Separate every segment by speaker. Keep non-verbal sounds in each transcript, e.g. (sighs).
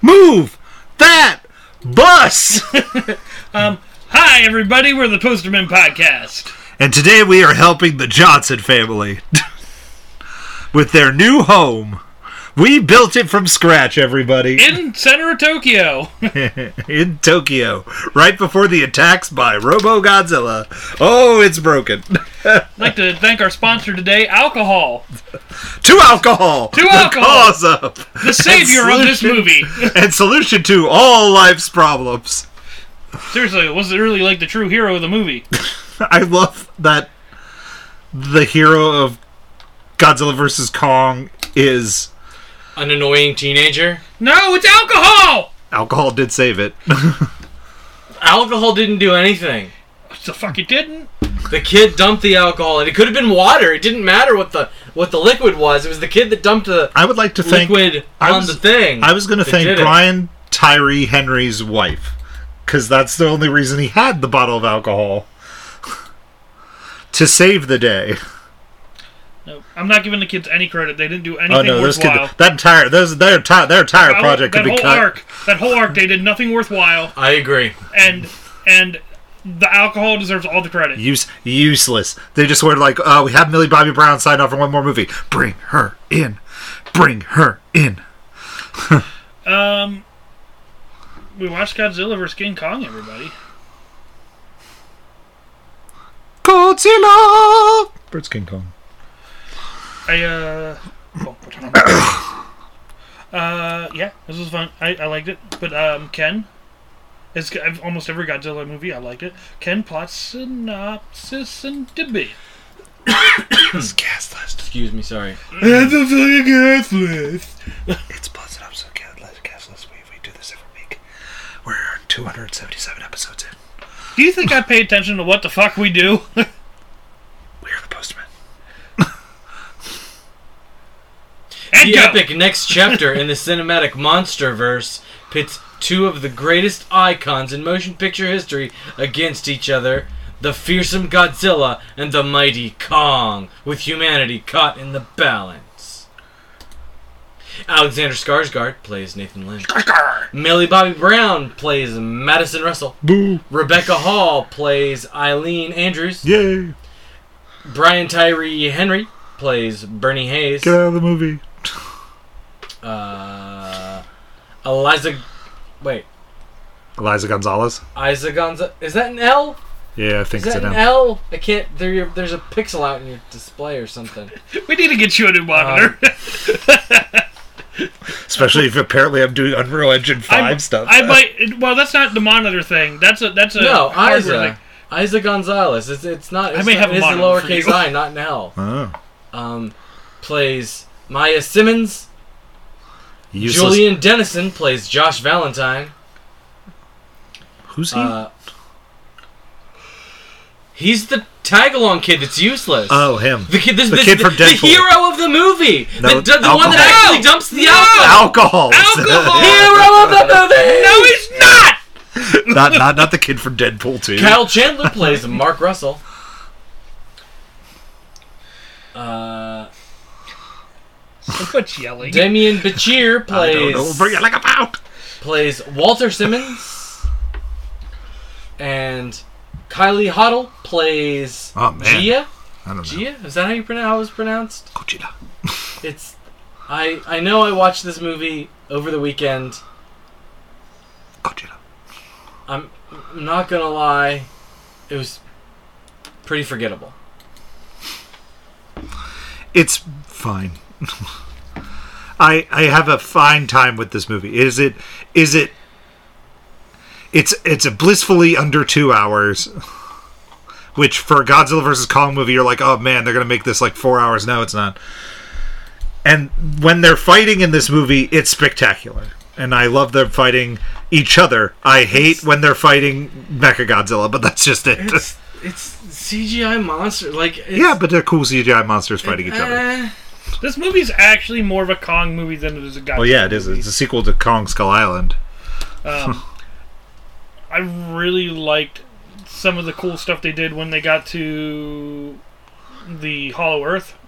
Speaker 1: move that bus.
Speaker 2: Hi, everybody. We're the Posterman Podcast.
Speaker 1: (laughs) and today we are helping the Johnson family (laughs) with their new home. We built it from scratch, everybody,
Speaker 2: In center of Tokyo.
Speaker 1: (laughs) in Tokyo, right before the attacks by Robo Godzilla. Oh, it's broken. (laughs)
Speaker 2: I'd like to thank our sponsor today, Alcohol.
Speaker 1: to alcohol. To
Speaker 2: alcohol.
Speaker 1: Cause of
Speaker 2: The savior of this movie.
Speaker 1: and solution to all life's problems. (laughs)
Speaker 2: Seriously, was it really like the true hero of the movie?
Speaker 1: I love that the hero of Godzilla vs. Kong is
Speaker 3: An annoying teenager.
Speaker 2: No, it's alcohol!
Speaker 1: alcohol did save it. (laughs)
Speaker 3: Alcohol didn't do anything.
Speaker 2: The fuck it didn't?
Speaker 3: The kid dumped the alcohol, and it could have been water. It didn't matter what the what the liquid was. It was the kid that dumped the
Speaker 1: I would like to thank
Speaker 3: liquid
Speaker 1: I
Speaker 3: on
Speaker 1: was-
Speaker 3: the thing.
Speaker 1: I was going to
Speaker 3: that
Speaker 1: thank
Speaker 3: did it.
Speaker 1: Brian Tyree Henry's wife cuz that's the only reason he had the bottle of alcohol (laughs) to save the day.
Speaker 2: No, I'm not giving the kids any credit. They didn't do
Speaker 1: Oh
Speaker 2: anything
Speaker 1: no, those kid,
Speaker 2: worthwhile.
Speaker 1: that entire those their entire their entire
Speaker 2: That whole-
Speaker 1: project
Speaker 2: that
Speaker 1: could be
Speaker 2: whole
Speaker 1: cut.
Speaker 2: arc, that whole arc, they did nothing worthwhile,
Speaker 3: I agree.
Speaker 2: and and the alcohol deserves all the credit.
Speaker 1: Use, useless. They just were like, uh, we have Millie Bobby Brown signed off for one more movie. Bring her in. Bring her in.
Speaker 2: Um, we watched Godzilla vs King Kong. Everybody,
Speaker 1: Godzilla! Bird's King Kong.
Speaker 2: I uh, oh, put it on. (coughs) uh, yeah, this was fun. I, I liked it, but um, Ken, it's g- I've- almost every Godzilla movie. I liked it. Ken plot synopsis and debate. Hmm.
Speaker 1: It's gas list.
Speaker 3: Excuse me, sorry.
Speaker 1: It's a fucking gas list. it's busted up so gas list. Gas list. We, we do this every week. We're 277 episodes in.
Speaker 2: Do you think I pay attention to what the fuck we do? (laughs)
Speaker 1: We are the postman.
Speaker 2: and
Speaker 3: The
Speaker 2: go.
Speaker 3: (laughs) epic next chapter in the cinematic monster verse pits two of the greatest icons in motion picture history against each other the fearsome Godzilla and the mighty Kong, with humanity caught in the balance. Alexander Skarsgård plays Nathan Lynch. Millie Bobby Brown plays Madison Russell.
Speaker 1: Boo.
Speaker 3: Rebecca Hall plays Eileen Andrews.
Speaker 1: Yay.
Speaker 3: Brian Tyree Henry plays Bernie Hayes.
Speaker 1: Get out of the movie.
Speaker 3: Uh, Eliza. Wait,
Speaker 1: Eliza Gonzalez.
Speaker 3: Eliza Gonza. Is that an L?
Speaker 1: Yeah, I think it's
Speaker 3: Is that
Speaker 1: an
Speaker 3: an
Speaker 1: M.
Speaker 3: L? I can't. There, your- there's a pixel out in your display
Speaker 2: (laughs)
Speaker 3: or something.
Speaker 2: we need to get you a new monitor.
Speaker 1: Especially if apparently I'm doing Unreal Engine 5
Speaker 2: (laughs) I,
Speaker 1: stuff.
Speaker 2: I might. Well, that's not the monitor thing. That's a that's a
Speaker 3: No,
Speaker 2: hardware
Speaker 3: Isa.
Speaker 2: thing.
Speaker 3: Isa Gonzalez. It's, it's not. It's
Speaker 2: may
Speaker 3: not,
Speaker 2: have a
Speaker 3: it is
Speaker 2: monitor for
Speaker 3: lowercase
Speaker 2: you.
Speaker 3: I, not an L.
Speaker 1: Oh.
Speaker 3: Um, plays Maya Simmons.
Speaker 1: Useless.
Speaker 3: Julian Dennison plays Josh Valentine.
Speaker 1: Who's he?
Speaker 3: Uh, he's the tag along kid that's useless.
Speaker 1: oh, him.
Speaker 3: The kid, this,
Speaker 1: The
Speaker 3: this-
Speaker 1: kid from
Speaker 3: the
Speaker 1: Deadpool.
Speaker 3: hero of the movie.
Speaker 1: No,
Speaker 3: the the, the one that
Speaker 1: alcohol.
Speaker 3: actually dumps the
Speaker 2: No!
Speaker 3: alcohol.
Speaker 1: (laughs) Alcohol.
Speaker 2: Alcohol!
Speaker 3: (laughs) Hero of the movie.
Speaker 2: No, he's not.
Speaker 1: (laughs) not, not, not the kid from Deadpool 2.
Speaker 3: Kyle Chandler plays Mark Russell. Uh,
Speaker 2: Quit yelling.
Speaker 3: Damien Bachir
Speaker 1: I don't
Speaker 3: plays
Speaker 1: know. Bring it like a pout.
Speaker 3: plays Walter Simmons, and Kylie Hoddle plays
Speaker 1: Oh, man.
Speaker 3: Gia.
Speaker 1: I don't know.
Speaker 3: Gia, is that how you pronounce? How it's pronounced?
Speaker 1: Godzilla.
Speaker 3: It's. I I know I watched this movie over the weekend.
Speaker 1: Godzilla.
Speaker 3: I'm I'm not gonna lie, it was pretty forgettable.
Speaker 1: It's fine. (laughs) I I have a fine time with this movie. Is it is it it's it's a blissfully under two hours. (laughs) Which for a Godzilla versus Kong movie, you're like, oh man, they're gonna make this like four hours. No, it's not. And when they're fighting in this movie, it's spectacular. And I love them fighting each other. I hate when they're fighting Mechagodzilla, but that's just it.
Speaker 3: It's it's CGI monster like it's,
Speaker 1: (laughs) yeah, but they're cool CGI monsters fighting each other.
Speaker 3: eh,
Speaker 2: This movie's actually more of a Kong movie than it is a Godzilla.
Speaker 1: Oh yeah, it is.
Speaker 2: movie.
Speaker 1: It's a sequel to Kong Skull Island.
Speaker 2: Um, I really liked some of the cool stuff they did when they got to the Hollow Earth.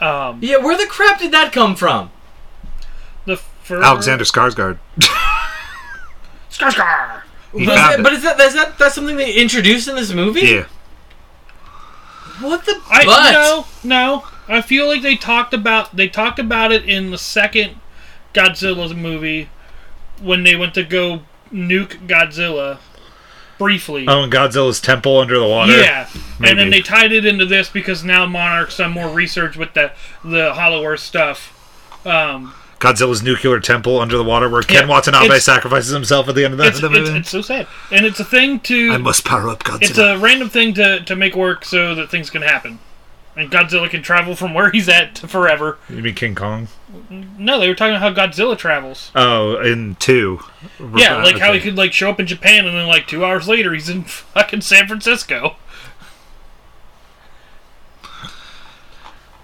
Speaker 2: Um,
Speaker 3: yeah. Where the crap did that come from?
Speaker 2: the for
Speaker 1: Alexander Skarsgård.
Speaker 2: Skarsgård.
Speaker 1: He
Speaker 3: but, is
Speaker 1: found
Speaker 3: that,
Speaker 1: it.
Speaker 3: but is that that's that that's something they introduced in this movie?
Speaker 1: yeah.
Speaker 3: What the
Speaker 2: I
Speaker 3: but?
Speaker 2: no, no. I feel like they talked about they talked about it in the second Godzilla movie when they went to go nuke Godzilla briefly.
Speaker 1: Oh, and Godzilla's temple under the water.
Speaker 2: yeah, and
Speaker 1: maybe.
Speaker 2: then they tied it into this because now Monarch's done more research with the the Hollow Earth stuff. Um,
Speaker 1: Godzilla's nuclear temple under the water, where Ken
Speaker 2: Yeah,
Speaker 1: Watanabe
Speaker 2: it's-
Speaker 1: sacrifices himself at the end of the,
Speaker 2: it's,
Speaker 1: the
Speaker 2: it's,
Speaker 1: movie.
Speaker 2: it's so sad, and it's a thing to
Speaker 1: I must power up Godzilla.
Speaker 2: it's a random thing to, to make work so that things can happen. And Godzilla can travel from where he's at to forever.
Speaker 1: you mean King Kong?
Speaker 2: No, they were talking about how Godzilla travels.
Speaker 1: Oh, in two.
Speaker 2: Yeah, like how he
Speaker 1: Okay.
Speaker 2: could like show up in Japan and then like two hours later he's in (laughs) fucking San Francisco.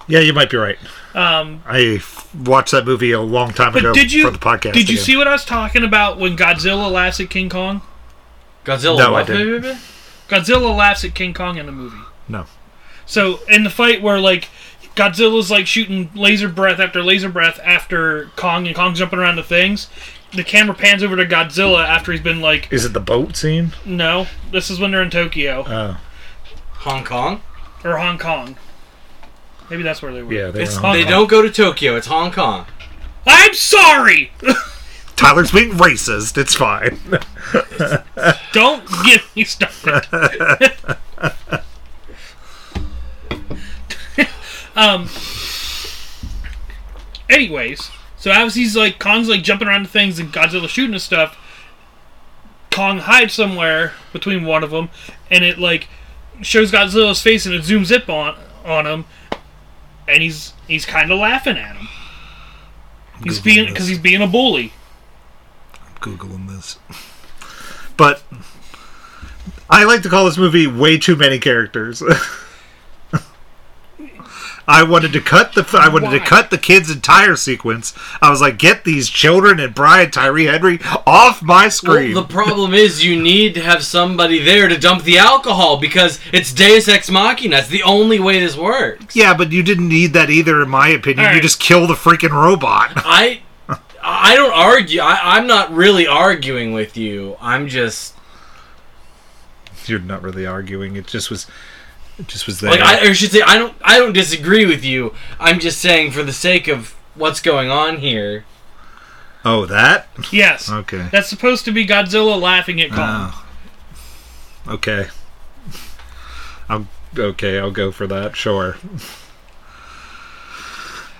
Speaker 1: Yeah, you might be right.
Speaker 2: Um,
Speaker 1: I f- watched that movie a long time
Speaker 2: but
Speaker 1: ago
Speaker 2: did you
Speaker 1: for the podcast.
Speaker 2: did you
Speaker 1: again.
Speaker 2: see what I was talking about when Godzilla laughs at King Kong?
Speaker 3: Godzilla.
Speaker 1: No, I
Speaker 3: what,
Speaker 1: didn't.
Speaker 3: baby?
Speaker 2: Godzilla laughs at King Kong in the movie.
Speaker 1: No.
Speaker 2: So in the fight where like Godzilla's like shooting laser breath after laser breath after Kong and Kong's jumping around the things, the camera pans over to Godzilla after he's been like,
Speaker 1: Is it the boat scene?
Speaker 2: no, this is when they're in Tokyo
Speaker 1: Oh,
Speaker 3: Hong Kong.
Speaker 2: or Hong Kong. Maybe that's where they were.
Speaker 1: yeah. They
Speaker 3: It's,
Speaker 1: were Hong
Speaker 3: they
Speaker 1: Kong.
Speaker 3: don't go to Tokyo. It's Hong Kong.
Speaker 2: I'm sorry.
Speaker 1: Tyler's being racist. It's fine.
Speaker 2: Don't get me started. um. Anyways, so as he's like Kong's like jumping around to things and Godzilla shooting and stuff, Kong hides somewhere between one of them, and it like shows Godzilla's face and it zooms up on on him, and he's he's kind of laughing at him. He's
Speaker 1: Googling
Speaker 2: being
Speaker 1: this.
Speaker 2: because he's being a bully.
Speaker 1: Googling this. But I like to call this movie way too many characters. (laughs) I wanted to cut the I wanted to
Speaker 2: Why?
Speaker 1: cut the kids' entire sequence. I was like, get these children and Brian Tyree Henry off my screen.
Speaker 3: Well, the problem is you need to have somebody there to dump the alcohol because it's Deus Ex Machina. It's the only way this works.
Speaker 1: yeah, but you didn't need that either, in my opinion. You
Speaker 2: Alright.
Speaker 1: just kill the freaking robot. (laughs)
Speaker 3: I, I don't argue. I, I'm not really arguing with you. I'm just
Speaker 1: You're not really arguing. It just was, it just was there.
Speaker 3: like I, I should say I don't. I don't disagree with you. I'm just saying for the sake of what's going on here.
Speaker 1: oh, that
Speaker 2: Yes,
Speaker 1: okay.
Speaker 2: that's supposed to be Godzilla laughing at Kong.
Speaker 1: Oh. Okay. I'll okay, I'll go for that, sure.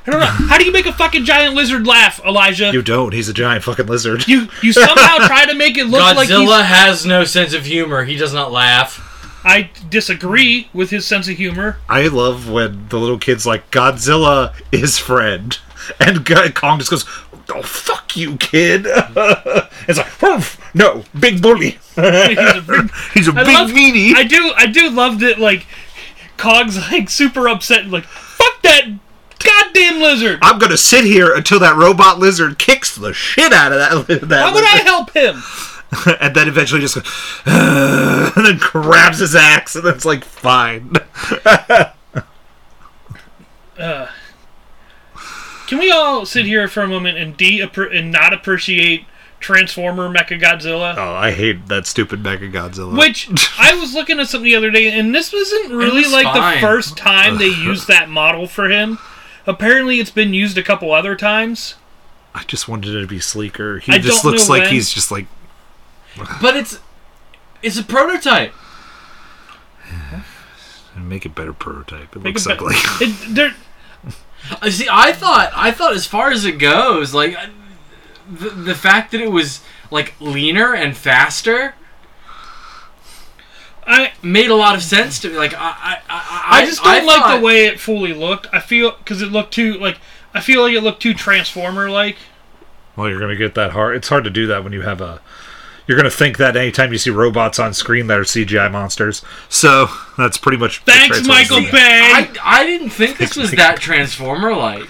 Speaker 2: I don't know. How do you make a fucking giant lizard laugh, Elijah?
Speaker 1: You
Speaker 2: You
Speaker 1: don't, he's a giant fucking lizard.
Speaker 2: you, somehow try to make it look like
Speaker 3: Godzilla
Speaker 2: he's.
Speaker 3: has no sense of humor. He does not laugh.
Speaker 2: I disagree with his sense of humor. (laughs)
Speaker 1: I love when the little kid's like, Godzilla is friend. And Go- Kong just goes, Oh fuck you, kid. (laughs) it's like, "Woof, no, big bully.
Speaker 2: He's a big-
Speaker 1: He's a
Speaker 2: I
Speaker 1: big
Speaker 2: love-
Speaker 1: meanie.
Speaker 2: I do. I do love that. Like, Cog's like super upset and like, fuck that goddamn lizard.
Speaker 1: I'm gonna sit here until that robot lizard kicks the shit out of that. that (laughs)
Speaker 2: Why would I help him?
Speaker 1: and then eventually just goes, (sighs) and then grabs his axe and then it's like fine (laughs)
Speaker 2: Can we all sit here for a moment and de and not appreciate Transformer Mechagodzilla?
Speaker 1: oh i hate that stupid mecha godzilla
Speaker 2: Which I was looking at something the other day, and this wasn't really
Speaker 3: was
Speaker 2: like
Speaker 3: fine.
Speaker 2: the
Speaker 3: (laughs)
Speaker 2: first time they used that model for him. Apparently, it's been used a couple other times.
Speaker 1: i just wanted it to be sleeker he
Speaker 2: I
Speaker 1: just
Speaker 2: don't
Speaker 1: looks
Speaker 2: know
Speaker 1: like
Speaker 2: when.
Speaker 1: he's just like
Speaker 3: But it's, it's a prototype.
Speaker 1: make a better prototype it
Speaker 2: Like,
Speaker 1: looks
Speaker 2: but-
Speaker 1: ugly
Speaker 2: it- they're-
Speaker 3: Uh, See, I thought, I thought, as far as it goes, like I- the, the fact that it was like leaner and faster
Speaker 2: I
Speaker 3: made a lot of sense to me. Like I, I, I,
Speaker 2: I just don't like
Speaker 3: thought-
Speaker 2: the way it fully looked. I feel because it looked too like I feel like it looked too Transformer like.
Speaker 1: (laughs) well you're gonna get that hard it's hard to do that when you have a you're gonna think that anytime you see robots on screen that are cgi monsters so that's pretty much what
Speaker 2: Thanks,
Speaker 1: Transformers
Speaker 2: Michael
Speaker 1: is.
Speaker 2: Bay.
Speaker 3: I, I didn't think this was that transformer like.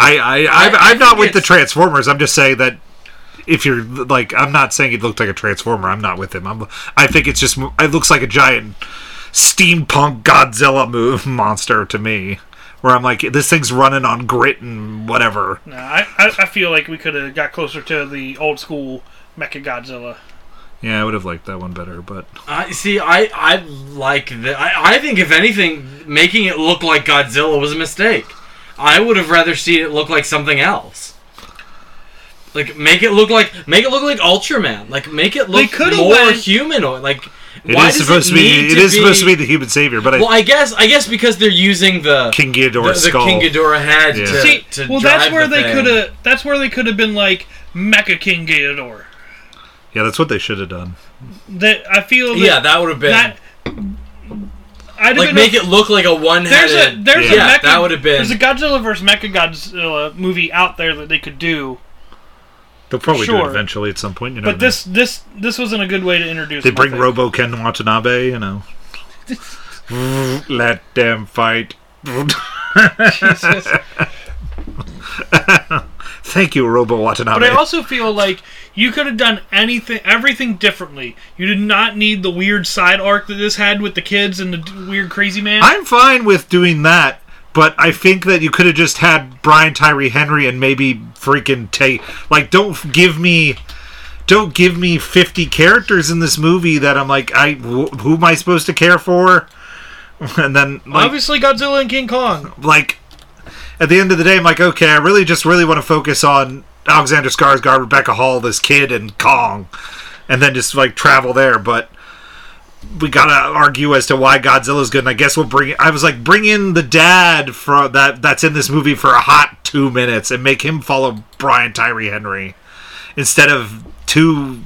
Speaker 1: I, I, I'm,
Speaker 3: I
Speaker 1: I'm not
Speaker 3: think
Speaker 1: with the
Speaker 3: it's-
Speaker 1: Transformers. I'm just saying that if you're like, I'm not saying it looked like a Transformer. I'm not with him. I'm, I think it's just it looks like a giant steampunk Godzilla move (laughs) monster to me, where I'm like, this thing's running on grit and whatever.
Speaker 2: Nah, I, I, I feel like we could have got closer to the old school Mecha Godzilla.
Speaker 1: Yeah, I would have liked that one better, but
Speaker 3: I see. I I like that. I, I think if anything, making it look like Godzilla was a mistake. I would have rather seen it look like something else. Like make it look like make it look like Ultraman. Like make it look
Speaker 2: coulda
Speaker 3: more
Speaker 2: went-
Speaker 3: humanoid. Like
Speaker 1: it
Speaker 3: why
Speaker 1: is
Speaker 3: does
Speaker 1: supposed to
Speaker 3: need
Speaker 1: be. It is supposed to be the human savior, but
Speaker 3: Well,
Speaker 1: I,
Speaker 3: I guess I guess because they're using the
Speaker 1: King
Speaker 3: the,
Speaker 1: Ghidorah's
Speaker 3: the
Speaker 1: skull.
Speaker 3: King Ghidorah head
Speaker 1: Yeah.
Speaker 3: to,
Speaker 2: See,
Speaker 3: to
Speaker 2: well, that's
Speaker 3: drive
Speaker 2: where
Speaker 3: the
Speaker 2: they
Speaker 3: thing.
Speaker 2: could have. That's where they could have been like Mecha King Ghidorah.
Speaker 1: yeah, that's what they should have done.
Speaker 2: That I feel. That,
Speaker 3: Yeah, that would have been
Speaker 2: that. I'd have
Speaker 3: like
Speaker 2: been
Speaker 3: make
Speaker 2: a,
Speaker 3: it look like a one-headed.
Speaker 2: There's a there's
Speaker 1: Yeah,
Speaker 2: a Mecha,
Speaker 3: that would have been.
Speaker 2: there's a Godzilla versus Mecha Godzilla movie out there that they could do,
Speaker 1: They'll probably do
Speaker 2: Sure.
Speaker 1: it eventually at some point. You know,
Speaker 2: but this this this wasn't a good way to introduce.
Speaker 1: Mhm. they
Speaker 2: them, I
Speaker 1: bring
Speaker 2: think.
Speaker 1: Robo Ken Watanabe. You know, let them fight. (laughs) Thank you, Robo Watanabe.
Speaker 2: But I also feel like you could have done anything, everything differently. You did not need the weird side arc that this had with the kids and the d- weird crazy man.
Speaker 1: I'm fine with doing that, but I think that you could have just had Brian Tyree Henry and maybe freaking take like don't f- give me don't give me 50 characters in this movie that I'm like I wh- who am I supposed to care for? (laughs) And then like
Speaker 2: Obviously, Godzilla and King Kong.
Speaker 1: like at the end of the day I'm like okay, I really just really want to focus on Alexander Skarsgård, Rebecca Hall, this kid and Kong and then just like travel there, but we gotta argue as to why Godzilla's good, and I guess we'll bring. I was like, bring in the dad for that that's in this movie for a hot two minutes, and make him follow Brian Tyree Henry instead of two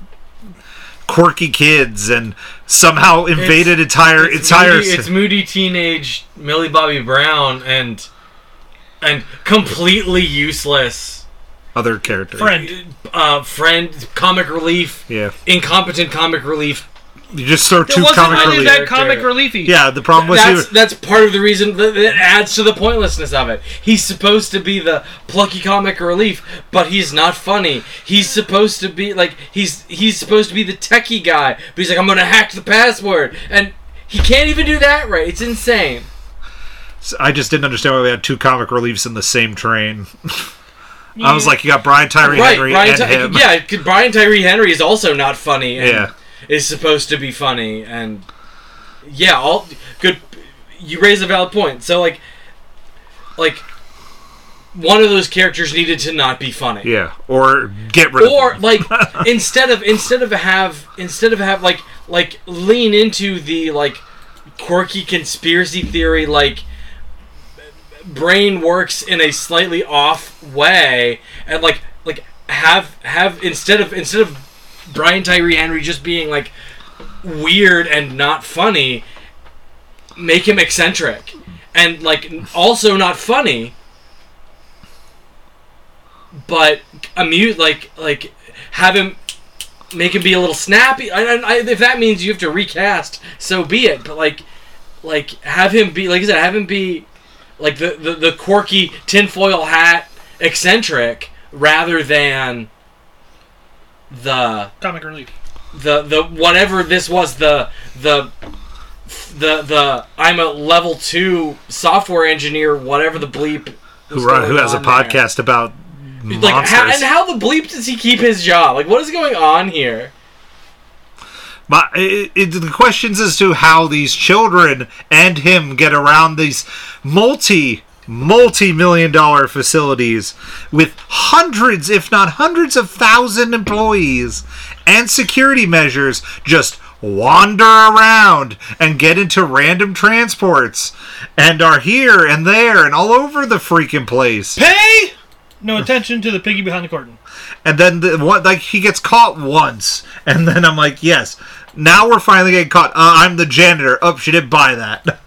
Speaker 1: quirky kids, and somehow invaded entire entire.
Speaker 3: Moody, it's moody teenage Millie Bobby Brown and and completely useless
Speaker 1: other characters.
Speaker 2: Friend.
Speaker 3: uh, friend, comic relief,
Speaker 1: Yeah,
Speaker 3: incompetent comic relief.
Speaker 1: you just throw
Speaker 2: It
Speaker 1: two
Speaker 2: wasn't
Speaker 1: comic
Speaker 2: really
Speaker 1: relief.
Speaker 2: that comic reliefy.
Speaker 1: Yeah, the problem was
Speaker 3: That's
Speaker 1: he,
Speaker 3: that's part of the reason that it adds to the pointlessness of it. He's supposed to be the plucky comic relief, but he's not funny. He's supposed to be like he's he's supposed to be the techie guy, but he's like I'm gonna hack the password, and he can't even do that right. It's insane.
Speaker 1: I just didn't understand why we had two comic reliefs in the same train. (laughs) I was like, you got Brian Tyree Henry
Speaker 3: Brian
Speaker 1: and
Speaker 3: Ty-
Speaker 1: him.
Speaker 3: Yeah, 'cause Brian Tyree Henry is also not funny. And
Speaker 1: Yeah.
Speaker 3: is supposed to be funny, and yeah, all good. You raise a valid point. So like, like one of those characters needed to not be funny.
Speaker 1: Yeah, or get rid of.
Speaker 3: Or
Speaker 1: him.
Speaker 3: like instead of instead of have instead of have like like lean into the like quirky conspiracy theory like brain works in a slightly off way and like like have have instead of instead of Brian Tyree Henry just being like weird and not funny make him eccentric and like also not funny but amuse like like have him make him be a little snappy I, I, I, if that means you have to recast so be it but like like have him be like i said have him be like the the, the quirky tinfoil hat eccentric rather than the
Speaker 2: Comic relief.
Speaker 3: the the whatever this was the the the the I'm a level two software engineer whatever the bleep was
Speaker 1: who, run-
Speaker 3: going
Speaker 1: who has a
Speaker 3: on there.
Speaker 1: podcast about monsters.
Speaker 3: like how, and how the bleep does he keep his job like what is going on here
Speaker 1: My, it, it, the questions as to how these children and him get around these multi multi million dollar facilities with hundreds if not hundreds of thousand employees and security measures just wander around and get into random transports and are here and there and all over the freaking place
Speaker 2: Pay no attention to the piggy behind the curtain.
Speaker 1: and then the what like he gets caught once and then i'm like yes now we're finally getting caught uh, i'm the janitor oh she didn't buy that (laughs)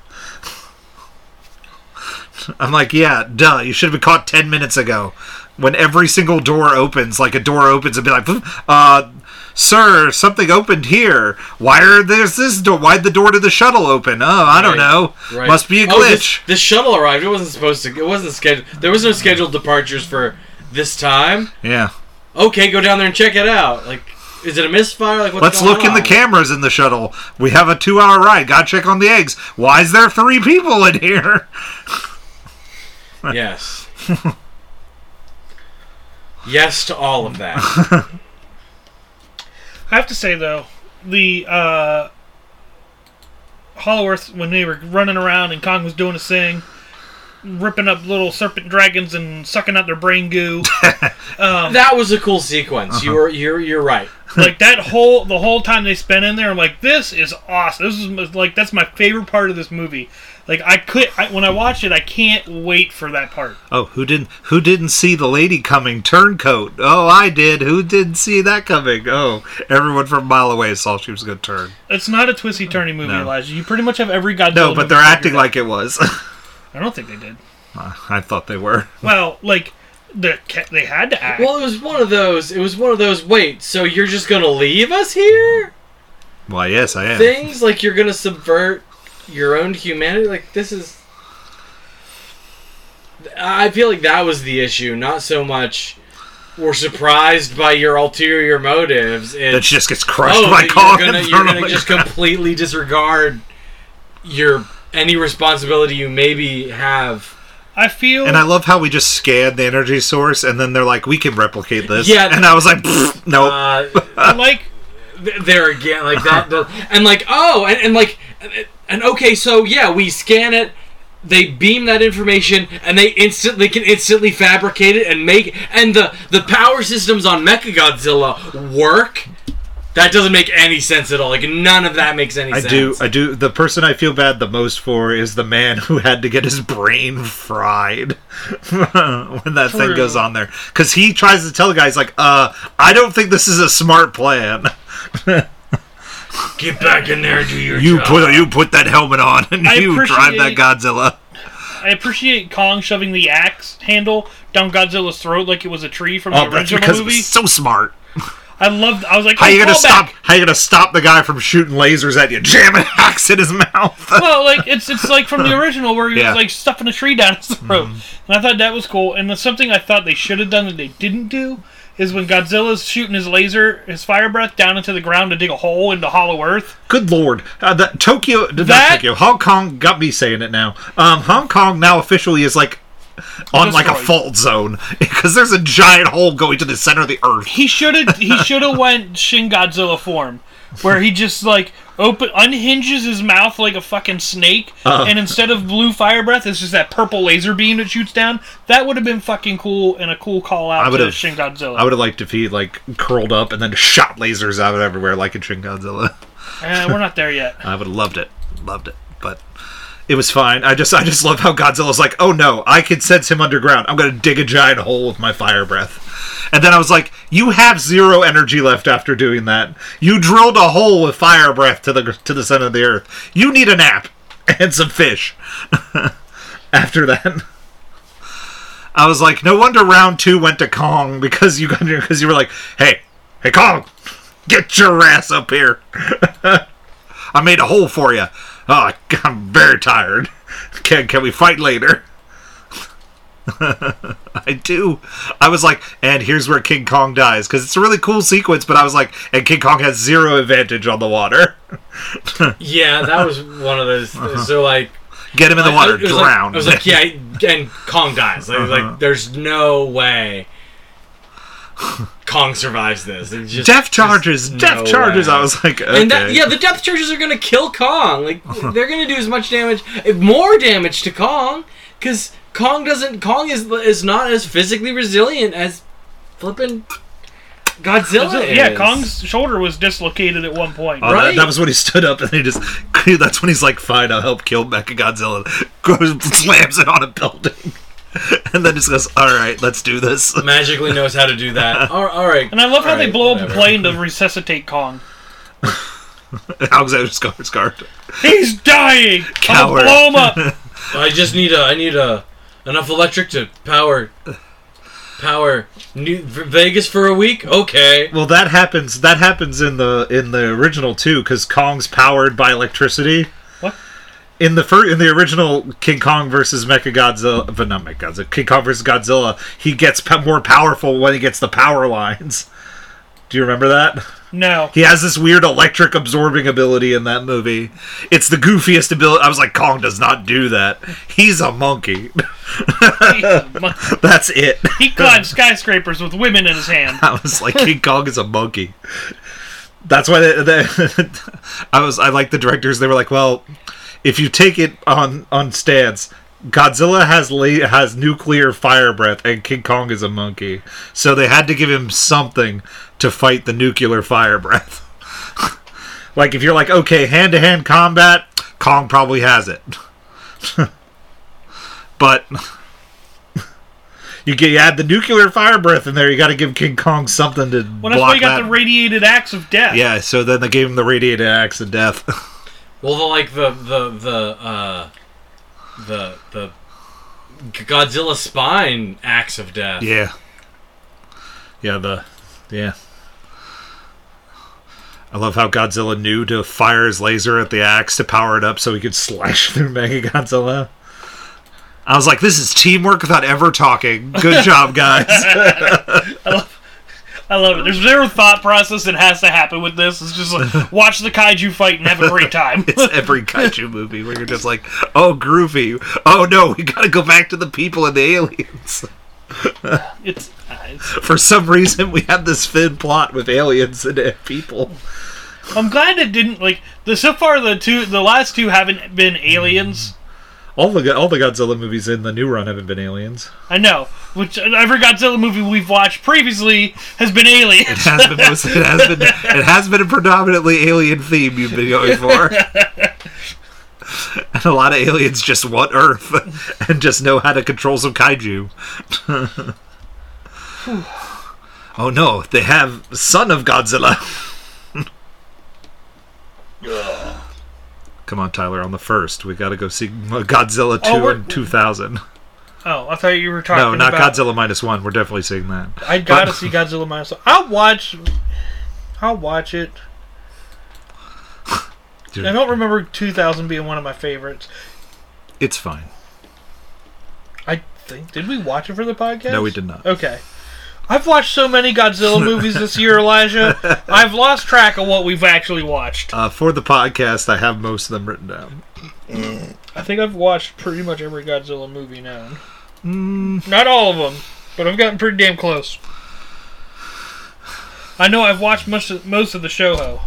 Speaker 1: i'm like yeah duh you should have been caught 10 minutes ago when every single door opens like a door opens and be like uh sir something opened here why are there's this door why'd the door to the shuttle open oh i don't
Speaker 3: Right,
Speaker 1: know must be a
Speaker 3: Oh, this-
Speaker 1: glitch
Speaker 3: this, shuttle arrived it wasn't supposed to it wasn't scheduled there was no scheduled departures for this time
Speaker 1: yeah
Speaker 3: okay go down there and check it out like is it a misfire like what's
Speaker 1: Let's
Speaker 3: going
Speaker 1: look in the
Speaker 3: on?
Speaker 1: cameras in the shuttle. We have a two hour ride. Gotta check on the eggs. Why is there three people in here?
Speaker 3: Yes. yes to all
Speaker 1: (laughs)
Speaker 3: of that.
Speaker 2: I have to say though, the uh, Hollow Earth when they were running around and Kong was doing his thing, ripping up little serpent dragons and sucking out their
Speaker 1: (laughs)
Speaker 2: brain goo,
Speaker 3: That was a cool sequence. You
Speaker 1: Uh-huh.
Speaker 3: were you're you're right.
Speaker 2: like that whole the whole time they spent in there, I'm like, this is awesome. This is like that's my favorite part of this movie. Like I could I, when I watch it, I can't wait for that part.
Speaker 1: (laughs) Oh, who didn't who didn't see the lady coming? Turncoat. Oh, I did. Who didn't see that coming? Oh, everyone from a mile away saw she was going to turn.
Speaker 2: It's not a twisty turny movie,
Speaker 1: No.
Speaker 2: Elijah. You pretty much have every Godzilla.
Speaker 1: No, but
Speaker 2: movie
Speaker 1: they're
Speaker 2: figured
Speaker 1: acting
Speaker 2: out.
Speaker 1: like it was. (laughs)
Speaker 2: I don't think they did.
Speaker 1: I thought they were.
Speaker 2: Well, like the ca- they had to act.
Speaker 3: Well, it was one of those. It was one of those. Wait, so you're just gonna leave us here?
Speaker 1: Why, yes, I am.
Speaker 3: Things like you're gonna subvert your own humanity. Like this is. I feel like that was the issue, not so much. We're surprised by your ulterior motives.
Speaker 1: That
Speaker 3: It's
Speaker 1: she just gets crushed
Speaker 3: oh,
Speaker 1: by
Speaker 3: that
Speaker 1: Kong.
Speaker 3: You're gonna,
Speaker 1: in
Speaker 3: you're
Speaker 1: front of
Speaker 3: gonna
Speaker 1: me.
Speaker 3: just completely disregard your any responsibility you maybe have.
Speaker 2: I feel
Speaker 1: and I love how we just scan the energy source, and then they're like, "We can replicate this."
Speaker 3: Yeah.
Speaker 1: and I was like, "Pfft, "No."
Speaker 3: Uh,
Speaker 2: I like
Speaker 3: th- there again, like that, does- and like oh, and, and like and- and okay, so yeah, we scan it. They beam that information, and they instantly can instantly fabricate it and make and the the power systems on Mechagodzilla work. That doesn't make any sense at all. Like none of that makes any
Speaker 1: I
Speaker 3: sense.
Speaker 1: do. I do. The person I feel bad the most for is the man who had to get his brain fried (laughs) when that thing
Speaker 2: True.
Speaker 1: goes on there, because he tries to tell the guy, he's like, "Uh, I don't think this is a smart (laughs) plan.
Speaker 3: Get back in there and do your
Speaker 1: You
Speaker 3: job.
Speaker 1: put you put that helmet on and
Speaker 2: I
Speaker 1: you drive that
Speaker 2: appreciate-
Speaker 1: Godzilla."
Speaker 2: I appreciate Kong shoving the axe handle down Godzilla's throat like it was a tree from
Speaker 1: Oh,
Speaker 2: the
Speaker 1: that's
Speaker 2: original
Speaker 1: because it was
Speaker 2: movie.
Speaker 1: so smart.
Speaker 2: I loved. I was like,
Speaker 1: How
Speaker 2: oh,
Speaker 1: you gonna
Speaker 2: callback.
Speaker 1: stop? How you gonna stop the guy from shooting lasers at you? Jam an axe in his mouth. (laughs)
Speaker 2: Well, like it's it's like from the original where he
Speaker 1: Yeah. Mm-hmm.
Speaker 2: was like stuffing a tree down his throat, and I thought that was cool. And then something I thought they should have done that they didn't do is when Godzilla's shooting his laser, his fire breath down into the ground to dig a hole into Hollow Earth.
Speaker 1: Good lord, uh, that Tokyo,
Speaker 2: That-
Speaker 1: not Tokyo, Hong Kong got me saying it now. Um, Hong Kong now officially is like on like a
Speaker 2: Destroyed.
Speaker 1: fault zone (laughs) because there's a giant hole going to the center of the earth.
Speaker 2: He should have he should have went Shin Godzilla form, where he just like open unhinges his mouth like a fucking snake,
Speaker 1: Uh-huh.
Speaker 2: and instead of blue fire breath, it's just that purple laser beam that shoots down. That would have been fucking cool and a cool call out to
Speaker 1: would've-
Speaker 2: Shin Godzilla.
Speaker 1: I would have liked if he like curled up and then shot lasers out of everywhere like in Shin Godzilla.
Speaker 2: Eh, we're not there
Speaker 3: (laughs)
Speaker 2: yet.
Speaker 1: I would have loved it, loved it, but it was fine. I just I just love how Godzilla's like, oh no, I can sense him underground. I'm gonna dig a giant hole with my fire breath. And then I was like, you have zero energy left after doing that. You drilled a hole with fire breath to the to the center of the earth. You need a nap and some fish. (laughs) after that. I was like, no wonder round two went to Kong because you because you were like, hey, hey Kong, get your ass up here. I made a hole for you. Oh, (laughs) I'm very tired. Can can we fight later? (laughs) I do. I was like, and here's where King Kong dies because it's a really cool sequence. But I was like, and King Kong has zero advantage on the water. (laughs)
Speaker 3: Yeah, that was one of those.
Speaker 1: Uh-huh.
Speaker 3: So like,
Speaker 1: Get him in the water,
Speaker 3: it was like-
Speaker 1: drown.
Speaker 3: I was
Speaker 1: (laughs)
Speaker 3: like, yeah, and Kong dies. Like,
Speaker 1: Uh-huh.
Speaker 3: like there's no way Kong survives this. It's just-
Speaker 1: death charges,
Speaker 3: there's
Speaker 1: death
Speaker 3: no
Speaker 1: charges.
Speaker 3: way.
Speaker 1: I was like, okay.
Speaker 3: And that, yeah, the depth charges are gonna kill Kong. Like
Speaker 1: Uh-huh.
Speaker 3: they're gonna do as much damage, if more damage to Kong, because Kong doesn't. Kong is is not as physically resilient as flippin' Godzilla. is.
Speaker 2: Yeah, Kong's shoulder was dislocated at one point.
Speaker 1: Oh, that-
Speaker 3: Right?
Speaker 1: that, was when he stood up and he just. (laughs) That's when he's like, fine, I'll help kill Mechagodzilla. (laughs) Goes, slams it on a building. (laughs) And then just goes, alright, let's do this.
Speaker 3: magically knows how to
Speaker 2: (laughs)
Speaker 3: do that. All, all right.
Speaker 2: And I love how
Speaker 3: all
Speaker 2: they
Speaker 3: right,
Speaker 2: blow up a
Speaker 3: whatever.
Speaker 2: plane to resuscitate Kong.
Speaker 1: (laughs) Alexander Skarsgård.
Speaker 2: He's dying.
Speaker 1: Coward.
Speaker 2: I'm
Speaker 1: (laughs)
Speaker 2: gonna blow him up.
Speaker 3: I just need a. I need a enough electric to power. Power New Vegas for a week. Okay.
Speaker 1: Well, that happens. That happens in the in the original too, because Kong's powered by electricity.
Speaker 2: What?
Speaker 1: In the fir- in the original King Kong versus Mechagodzilla, but not Mechagodzilla, King Kong versus Godzilla, he gets p- more powerful when he gets the power lines. Do you remember that? (laughs)
Speaker 2: No,
Speaker 1: He has this weird electric absorbing ability in that movie. It's the goofiest ability. I was like, Kong does not do that. He's a monkey. (laughs) That's it. (laughs)
Speaker 2: He climbed skyscrapers with women in his hand.
Speaker 1: I was like, King Kong is a monkey. That's why they, they, (laughs) I was. I like the directors. They were like, well, if you take it on on stance, Godzilla has la- has nuclear fire breath, and King Kong is a monkey. So they had to give him something to fight the nuclear fire breath. (laughs) like if you're like, okay, hand to hand combat, Kong probably has it. (laughs) but (laughs) you get you add the nuclear fire breath in there. You got to give King Kong something to
Speaker 2: Well, that's why
Speaker 1: block
Speaker 2: you got
Speaker 1: that.
Speaker 2: the radiated axe of death.
Speaker 1: yeah, so then they gave him the radiated axe of death. (laughs)
Speaker 3: Well, the, like the the the uh, the the Godzilla spine axe of death.
Speaker 1: Yeah. Yeah, the yeah. I love how Godzilla knew to fire his laser at the axe to power it up so he could slash (laughs) through Mega Godzilla. I was like, this is teamwork without ever talking. Good job, guys.
Speaker 2: I love it. There's zero thought process that has to happen with this. It's
Speaker 1: (laughs)
Speaker 2: just like watch the kaiju fight and have a great time.
Speaker 1: it's every kaiju movie where you're just like, oh, groovy. Oh, no, we gotta go back to the people and the aliens. (laughs)
Speaker 2: it's, uh, it's
Speaker 1: For some reason, we have this thin plot with aliens and uh, people.
Speaker 2: I'm glad it didn't like the so far the two the last two haven't been aliens.
Speaker 1: All the all the Godzilla movies in the new run haven't been aliens.
Speaker 2: I know. Which every Godzilla movie we've watched previously has been aliens.
Speaker 1: has been mostly, it has been it has been a predominantly alien theme you've been going (laughs) for. And a lot of aliens just want Earth and just know how to control some (sighs) kaiju. oh no, they have son of (sighs) Godzilla. Come on, Tyler, on the first. We gotta go see Godzilla 2
Speaker 2: Oh, we're-
Speaker 1: in 2000.
Speaker 2: Oh, I thought you were talking
Speaker 1: No, not
Speaker 2: about
Speaker 1: Godzilla minus one. We're definitely seeing that.
Speaker 2: I gotta see Godzilla minus. I'll watch. I'll watch it.
Speaker 1: Dude.
Speaker 2: I don't remember 2000 being one of my favorites.
Speaker 1: It's fine.
Speaker 2: I think did we watch it for the podcast?
Speaker 1: No, we did not.
Speaker 2: Okay. I've watched so many Godzilla movies this year, Elijah. I've lost track of what we've actually watched.
Speaker 1: Uh, for the podcast, I have most of them written down.
Speaker 2: I think I've watched pretty much every Godzilla movie known. Not all of them, but I've gotten pretty damn close. I know I've watched most of, most of the Shoho.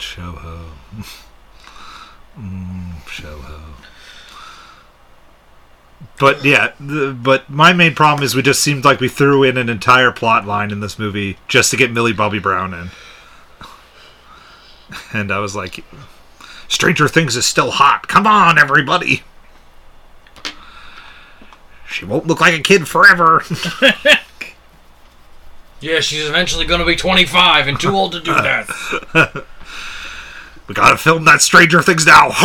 Speaker 1: Shoho. (laughs) mm, Shoho. But yeah, the, but my main problem is we just seemed like we threw in an entire plot line in this movie just to get Millie Bobby Brown in. And I was like, Stranger Things is still hot. Come on, everybody. She won't look like a kid forever. (laughs)
Speaker 3: Yeah, she's eventually going to be 25 and too old to do that.
Speaker 1: we gotta film that Stranger Things now. Hooroo! (laughs)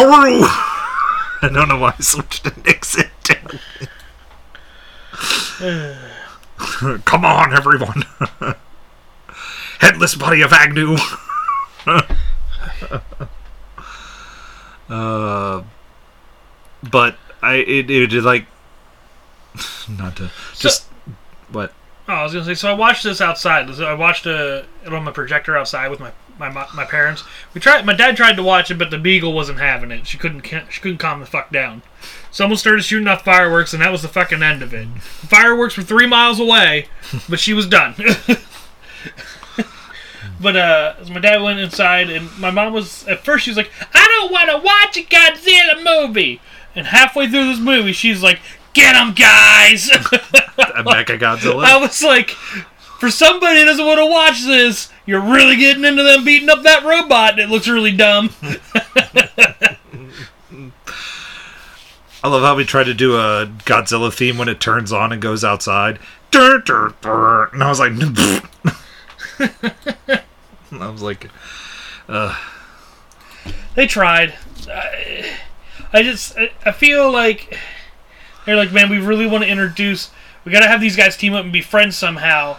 Speaker 1: I don't know why I switched to Nixon. (laughs) (sighs) Come on, everyone. (laughs) Headless body of Agnew. (laughs) uh, but I it, it, it like (sighs) not to just what
Speaker 2: Oh, I was gonna say. So I watched this outside. So I watched uh, it on my projector outside with my, my my my parents. We tried. My dad tried to watch it, but the beagle wasn't having it. She couldn't ca- she couldn't calm the fuck down. Someone started shooting off fireworks, and that was the fucking end of it. The fireworks were three miles away, but she was done. (laughs) but uh, so my dad went inside, and my mom was at first she was like, "I don't want to watch a Godzilla movie." And halfway through this movie, she's like, "Get 'em, guys!" (laughs)
Speaker 1: a Mecha
Speaker 2: I
Speaker 1: Godzilla.
Speaker 2: was like, for somebody that doesn't want to watch this, you're really getting into them beating up that robot, and it looks
Speaker 1: (laughs)
Speaker 2: really dumb.
Speaker 1: I love how we try to do a Godzilla theme when it turns on and goes outside. Dur, dur, dur. And I was like, (laughs) I was like,
Speaker 2: They tried. I, I just, I, I feel like they're like, man, we really want to introduce. We gotta have these guys team up and be friends somehow.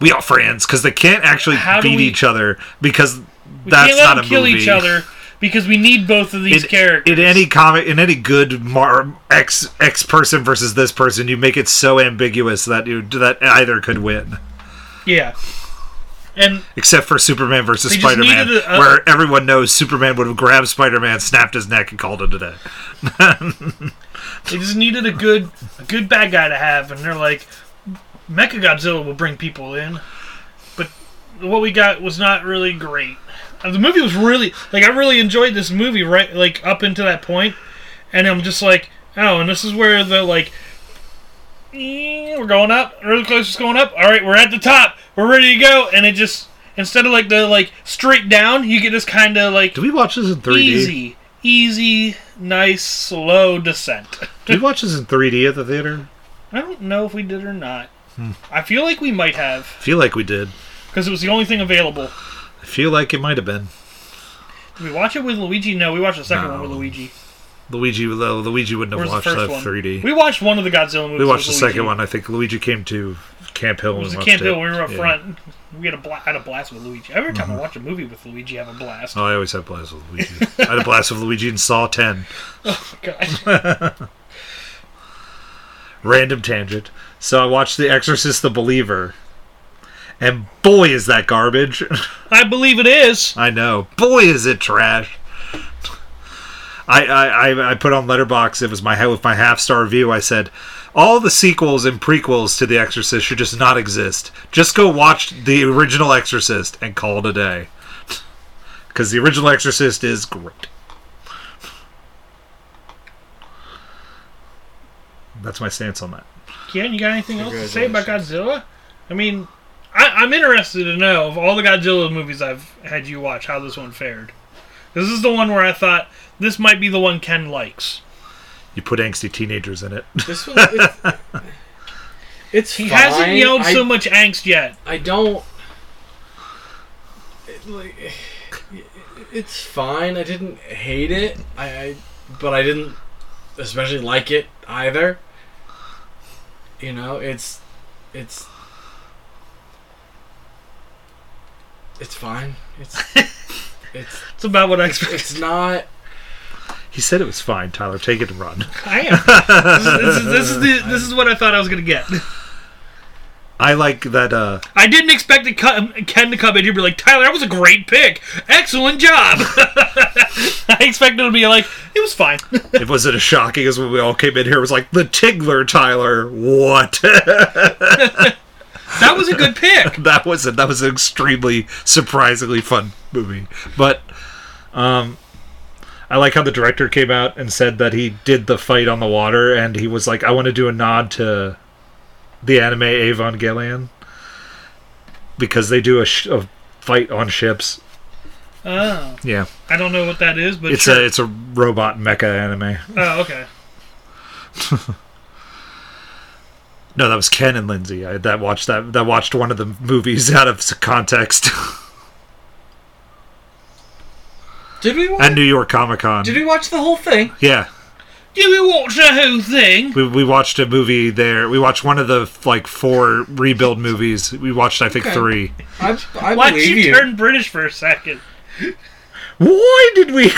Speaker 1: we are friends because they can't actually
Speaker 2: How do
Speaker 1: beat
Speaker 2: we-
Speaker 1: each other because
Speaker 2: We
Speaker 1: that's
Speaker 2: can't let
Speaker 1: not
Speaker 2: them
Speaker 1: a
Speaker 2: kill
Speaker 1: movie.
Speaker 2: each other because we need both of these
Speaker 1: in,
Speaker 2: characters.
Speaker 1: in any comic, in any good mar- X X person versus this person, you make it so ambiguous that you that either could win,
Speaker 2: yeah. And
Speaker 1: except for Superman versus
Speaker 2: They just
Speaker 1: Spider Man,
Speaker 2: needed a-
Speaker 1: where everyone knows Superman would have grabbed Spider Man, snapped his neck, and called it a day.
Speaker 2: They just needed a good good bad guy to have, and they're like, Mecha Godzilla will bring people in, but what we got was not really great. Uh, The movie was really like I really enjoyed this movie right like up into that point, and I'm just like, oh, and this is where the like. "Eh, We're going up. Roller coaster's going up. All right, we're at the top. We're ready to go. And it just instead of like the like straight down, you get this kind of like
Speaker 1: Did we watch this in 3D?
Speaker 2: easy, easy, nice, slow descent. (laughs)
Speaker 1: Did we watch this in 3D at the theater?
Speaker 2: I don't know if we did or not.
Speaker 1: Hmm.
Speaker 2: I feel like we might
Speaker 1: I
Speaker 2: have
Speaker 1: feel like we did.
Speaker 2: because it was the only thing available.
Speaker 1: I feel like it might have been.
Speaker 2: Did we watch it with Luigi? No, we watched the second
Speaker 1: No.
Speaker 2: one with Luigi.
Speaker 1: Luigi, though, Luigi wouldn't
Speaker 2: Or
Speaker 1: have
Speaker 2: was the
Speaker 1: watched
Speaker 2: first
Speaker 1: that
Speaker 2: one?
Speaker 1: 3D.
Speaker 2: We watched one of the Godzilla movies.
Speaker 1: We watched the
Speaker 2: with
Speaker 1: second
Speaker 2: Luigi.
Speaker 1: one. I think Luigi came to Camp Hill.
Speaker 2: It was
Speaker 1: and
Speaker 2: the
Speaker 1: watched
Speaker 2: Camp Hill.
Speaker 1: it.
Speaker 2: We were up
Speaker 1: Yeah. Mm-hmm.
Speaker 2: front. We had a bla- had a blast with Luigi. Every time I watch a movie with Luigi, I have a blast.
Speaker 1: Oh, I always have blasts with Luigi. I had a blast with Luigi in Saw 10.
Speaker 2: God.
Speaker 1: Random tangent. So I watched The Exorcist The Believer. And boy, is that garbage.
Speaker 2: (laughs)
Speaker 1: (laughs)
Speaker 2: I believe it is.
Speaker 1: I know. Boy, is it trash. I, I, I- I put on Letterbox. It was my with my half star review. I said, all the sequels and prequels to The Exorcist should just not exist. Just go watch the original Exorcist and call it a day. (laughs) Because the original Exorcist is great. That's my stance on that.
Speaker 2: Ken, you got anything else to say about Godzilla? I mean, I, I'm interested to know of all the Godzilla movies I've had you watch how this one fared. This is the one where I thought this might be the one Ken likes.
Speaker 1: You put angsty teenagers in it. (laughs)
Speaker 3: This one, it's, it's
Speaker 2: He
Speaker 3: fine.
Speaker 2: hasn't yelled
Speaker 3: I,
Speaker 2: so much angst yet.
Speaker 3: I don't. It, like, it's fine. I didn't hate it. I, I, but I didn't especially like it either. You know, it's, it's, it's fine.
Speaker 2: (laughs)
Speaker 3: It's, it's,
Speaker 2: It's about what I expected.
Speaker 3: it's not.
Speaker 1: He said it was fine, Tyler. Take it and run.
Speaker 2: I am. this, is, this, is, this, is the, this is what I thought I was going to get.
Speaker 1: I like that uh
Speaker 2: I didn't expect to come, Ken to come in here and be like, Tyler, that was a great pick. Excellent job. (laughs) I expected him to be like, it was fine.
Speaker 1: it wasn't as shocking as when we all came in here. It was like the Tigler, Tyler. What? (laughs)
Speaker 2: that was a good
Speaker 3: (laughs)
Speaker 2: pick.
Speaker 1: that was a, that was an extremely surprisingly fun movie. But um, I like how the director came out and said that he did the fight on the water, and he was like, "I want to do a nod to the anime Evangelion because they do a, sh- a fight on ships."
Speaker 2: Oh,
Speaker 1: Yeah,
Speaker 2: I don't know what that is, but
Speaker 1: it's a
Speaker 2: sure.
Speaker 1: it's a robot mecha anime.
Speaker 2: Oh, okay.
Speaker 1: No, that was Ken and Lindsay. I that watched that that watched one of the movies (laughs) out of s- context (laughs)
Speaker 3: Did we watch?
Speaker 1: at New York Comic Con.
Speaker 3: Did we watch the whole thing?
Speaker 1: Yeah,
Speaker 2: Did we watch the whole thing?
Speaker 1: we we watched a movie there. We watched one of the like four rebuild movies. We watched I think
Speaker 3: Okay.
Speaker 1: three.
Speaker 3: I, I
Speaker 2: Why'd
Speaker 3: believe
Speaker 2: you,
Speaker 3: you.
Speaker 2: turn British for a second?
Speaker 1: Why did we?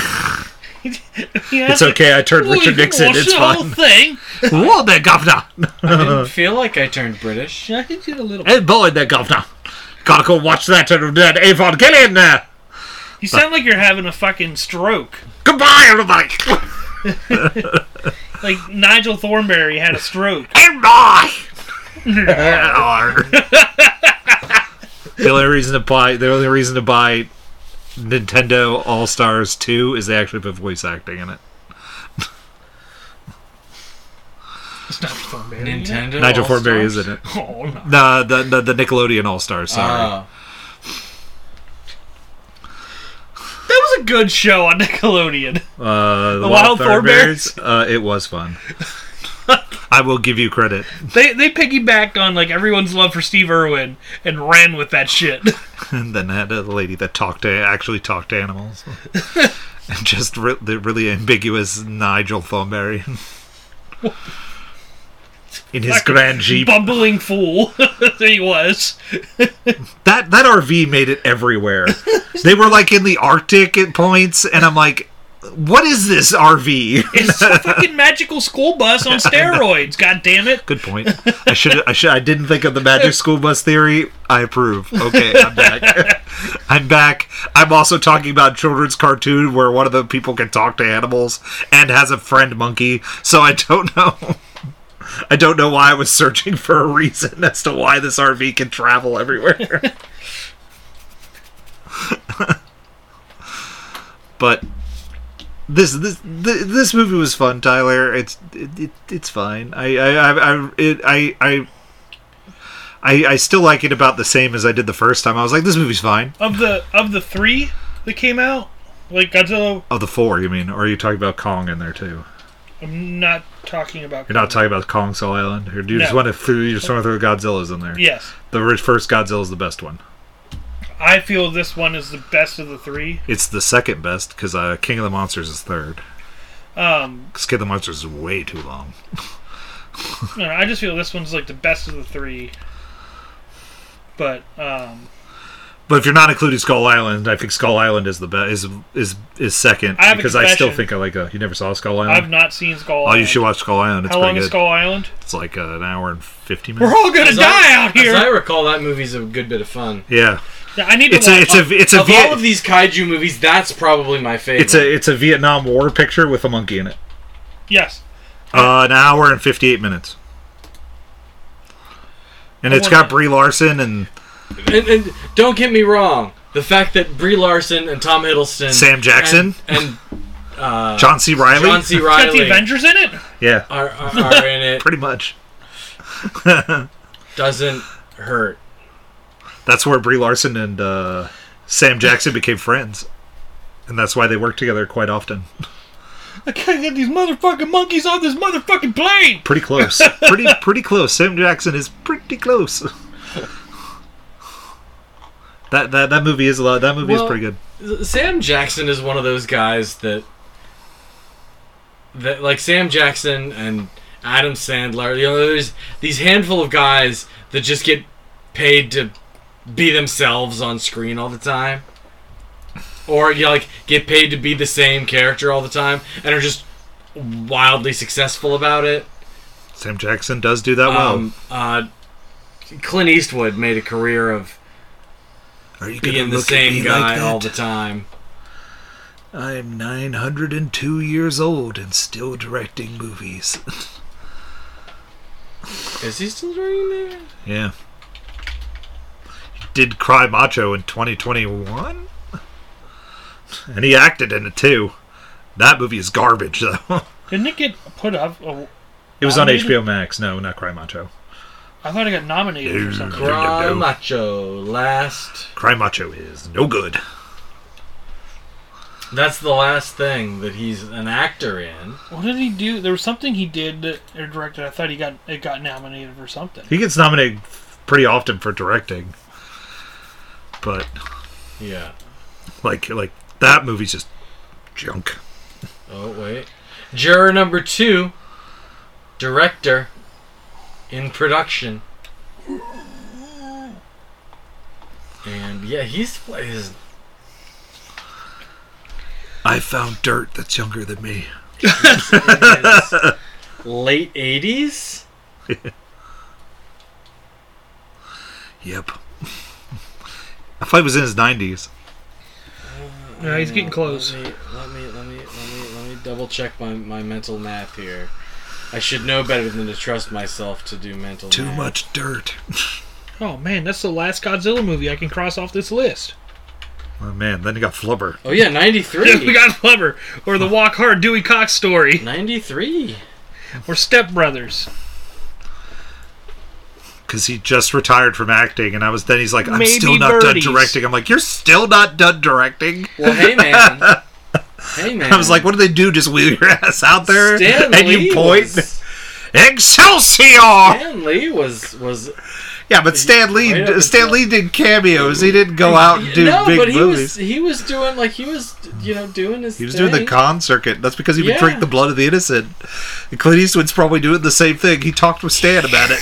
Speaker 2: it's
Speaker 1: (laughs) It's okay. I turned
Speaker 2: Well,
Speaker 1: Richard
Speaker 2: you
Speaker 1: Nixon.
Speaker 2: watched
Speaker 1: It's (laughs)
Speaker 2: the whole
Speaker 1: fine.
Speaker 2: thing.
Speaker 1: Whoa there, governor! (laughs)
Speaker 3: I didn't feel like I turned
Speaker 2: (laughs)
Speaker 3: British.
Speaker 2: I think you did a little.
Speaker 1: Hey boy there, governor! Gotta go watch that uh, that Evangelion there.
Speaker 2: You sound like you're having a fucking stroke.
Speaker 1: Goodbye, everybody. (laughs)
Speaker 2: Like Nigel Thornberry had a stroke.
Speaker 1: Goodbye. (laughs) the only reason to buy the only reason to buy Nintendo All Stars Two is they actually put voice acting in it.
Speaker 2: It's Nigel Thornberry.
Speaker 3: Nintendo.
Speaker 1: Nigel
Speaker 3: All-Stars?
Speaker 1: Forbury is in it.
Speaker 2: (laughs) Oh no.
Speaker 1: No, the the, the Nickelodeon All Stars. Sorry.
Speaker 3: Oh.
Speaker 2: That was a good show on Nickelodeon.
Speaker 1: Uh, the,
Speaker 2: Wild
Speaker 1: Thornberrys? Uh, it was fun. I will give you credit. (laughs)
Speaker 2: They they piggybacked on like everyone's love for Steve Irwin and ran with that shit. (laughs)
Speaker 1: And then had a lady that talked to actually talked to animals. and just re- the really ambiguous Nigel Thornberry. In his
Speaker 2: Fucking
Speaker 1: grand jeep,
Speaker 2: Bumbling fool (laughs) that he was.
Speaker 1: that that RV made it everywhere. they were like in the Arctic at points, and I'm like, "What is this RV?"
Speaker 2: It's a fucking magical school bus on steroids. God damn it.
Speaker 1: Good point. I should. I should. I didn't think of the magic school bus theory. I approve. Okay, I'm back. (laughs) I'm back. I'm also talking about children's cartoon where one of the people can talk to animals and has a friend monkey. So I don't know. (laughs) I don't know why I was searching for a reason as to why this RV can travel everywhere. but this this thi- this movie was fun, Tyler. It's it, it, it's fine. I I I I, it, I I I I still like it about the same as I did the first time. I was like, this movie's fine.
Speaker 2: Of the of the three that came out, like Godzilla,
Speaker 1: Oh, the four, you mean? Or are you talking about Kong in there too?
Speaker 2: I'm not talking about.
Speaker 1: You're not talking about Kong Skull Island, or do you just
Speaker 2: No.
Speaker 1: want to throw you just want to throw Godzilla's in there?
Speaker 2: Yes,
Speaker 1: The ri- first Godzilla's the best one.
Speaker 2: I feel this one is the best of the three.
Speaker 1: It's the second best because uh, King of the Monsters is third.
Speaker 2: Um,
Speaker 1: 'Cause King of the Monsters is way too long.
Speaker 2: I don't know, I just feel this one's like the best of the three. But um,
Speaker 1: But if you're not including Skull Island, I think Skull Island is the best. Is is is second
Speaker 2: I have a
Speaker 1: because I still
Speaker 2: confession.
Speaker 1: think I like. A, you never saw Skull
Speaker 2: I've
Speaker 1: Island?
Speaker 2: not seen Skull.
Speaker 1: Oh,
Speaker 2: Island.
Speaker 1: you should watch Skull Island. It's
Speaker 2: How long
Speaker 1: pretty
Speaker 2: is
Speaker 1: good.
Speaker 2: Skull Island?
Speaker 1: It's like uh, an hour and fifty minutes.
Speaker 2: We're all gonna
Speaker 3: As I-
Speaker 2: die out here.
Speaker 3: As I recall, that movie's a good bit of fun.
Speaker 1: yeah,
Speaker 2: Yeah, I need to.
Speaker 1: it's a
Speaker 2: watch-
Speaker 1: it's a it's a
Speaker 3: of all of
Speaker 1: Viet-
Speaker 3: these kaiju movies, that's probably my favorite.
Speaker 1: it's a it's a Vietnam War picture with a monkey in it.
Speaker 2: yes.
Speaker 1: Uh, an hour and 58 minutes. And
Speaker 2: I
Speaker 1: it's got
Speaker 2: wanna-
Speaker 1: Brie Larson and
Speaker 3: and, and don't get me wrong, the fact that Brie Larson and Tom Hiddleston,
Speaker 1: Sam Jackson?
Speaker 2: (laughs)
Speaker 3: and, and uh,
Speaker 1: John C. Riley.
Speaker 3: John C.
Speaker 2: Got the
Speaker 3: Riley
Speaker 2: Avengers in it.
Speaker 1: (laughs) yeah,
Speaker 3: are, are, are in it
Speaker 1: pretty much.
Speaker 3: doesn't hurt.
Speaker 1: That's where Brie Larson and uh, Sam Jackson became friends. And that's why they work together quite often.
Speaker 2: I can't get these motherfucking monkeys on this motherfucking plane.
Speaker 1: Pretty
Speaker 3: (laughs)
Speaker 1: close. pretty pretty close. Sam Jackson is pretty close. that, that that movie is a lot. That movie is
Speaker 3: Well-
Speaker 1: pretty good.
Speaker 3: Sam Jackson is one of those guys that that like Sam Jackson and Adam Sandler. You know, there's these handful of guys that just get paid to be themselves on screen all the time, or you know, like get paid to be the same character all the time, and are just wildly successful about it.
Speaker 1: Sam Jackson does do that
Speaker 3: Um, uh, Clint Eastwood made a career of
Speaker 1: well. Are you gonna
Speaker 3: being the
Speaker 1: look at me
Speaker 3: same
Speaker 1: like
Speaker 3: guy all
Speaker 1: that?
Speaker 3: the time.
Speaker 1: I'm 902 years old and still directing
Speaker 3: (laughs)
Speaker 1: movies.
Speaker 3: Is he still doing that?
Speaker 1: yeah. He did Cry Macho in 2021? And he acted in it too. That movie is garbage, though. (laughs)
Speaker 2: Didn't it get put up? Oh,
Speaker 1: it was on
Speaker 2: Nominated?
Speaker 1: HBO Max. No, not Cry Macho.
Speaker 2: I thought it got nominated or
Speaker 1: Dude.
Speaker 2: something.
Speaker 3: Cry
Speaker 1: no.
Speaker 3: Macho last.
Speaker 1: Cry Macho is no good.
Speaker 3: That's the last thing that he's an actor in.
Speaker 2: What did he do? There was something he did that or directed. I thought he got it got nominated for something.
Speaker 1: He gets nominated pretty often for directing. But,
Speaker 3: Yeah.
Speaker 1: like, like that movie's just junk.
Speaker 3: Oh wait. Juror number two. Director. In production. And yeah, he's plays.
Speaker 1: I found dirt that's younger than me.
Speaker 3: late eighties.
Speaker 1: Yep. I thought he was in his 90s.
Speaker 2: Yeah, he's getting close.
Speaker 3: Let me let me let me let me, let me double check my, my mental math here. I should know better than to trust myself to do mental.
Speaker 1: Too
Speaker 3: math.
Speaker 1: much dirt.
Speaker 2: Oh man, that's the last Godzilla movie I can cross off this list.
Speaker 1: Oh man, then you got Flubber.
Speaker 3: Oh yeah,
Speaker 2: (laughs) (laughs)
Speaker 3: ninety
Speaker 2: we
Speaker 3: three.
Speaker 2: got Flubber or the Walk Hard Dewey Cox story
Speaker 3: 93.
Speaker 2: or Step Brothers.
Speaker 1: Because he just retired from acting, and I was then he's like, I'm
Speaker 2: Maybe
Speaker 1: still not
Speaker 2: birdies.
Speaker 1: done directing. I'm like, You're still not done directing?
Speaker 3: Well, hey,
Speaker 1: (laughs)
Speaker 3: man. hey, man.
Speaker 1: I was like, What do they do? Just wheel your (laughs) ass out there?
Speaker 3: Stan
Speaker 1: and
Speaker 3: Lee
Speaker 1: you point
Speaker 3: Was,
Speaker 1: Excelsior!
Speaker 3: Stan Lee was. was
Speaker 1: Yeah, but Stan Lee
Speaker 3: Right up
Speaker 1: Stan
Speaker 3: until-
Speaker 1: Lee did cameos. He didn't go out and do
Speaker 3: no,
Speaker 1: big
Speaker 3: but he
Speaker 1: movies.
Speaker 3: was, he was doing, like, he was, you know, doing his.
Speaker 1: He was doing the con circuit. That's because he would
Speaker 3: Yeah.
Speaker 1: drink the blood of the innocent. And Clint Eastwood's probably doing the same thing. He talked with Stan about
Speaker 3: (laughs)
Speaker 1: it.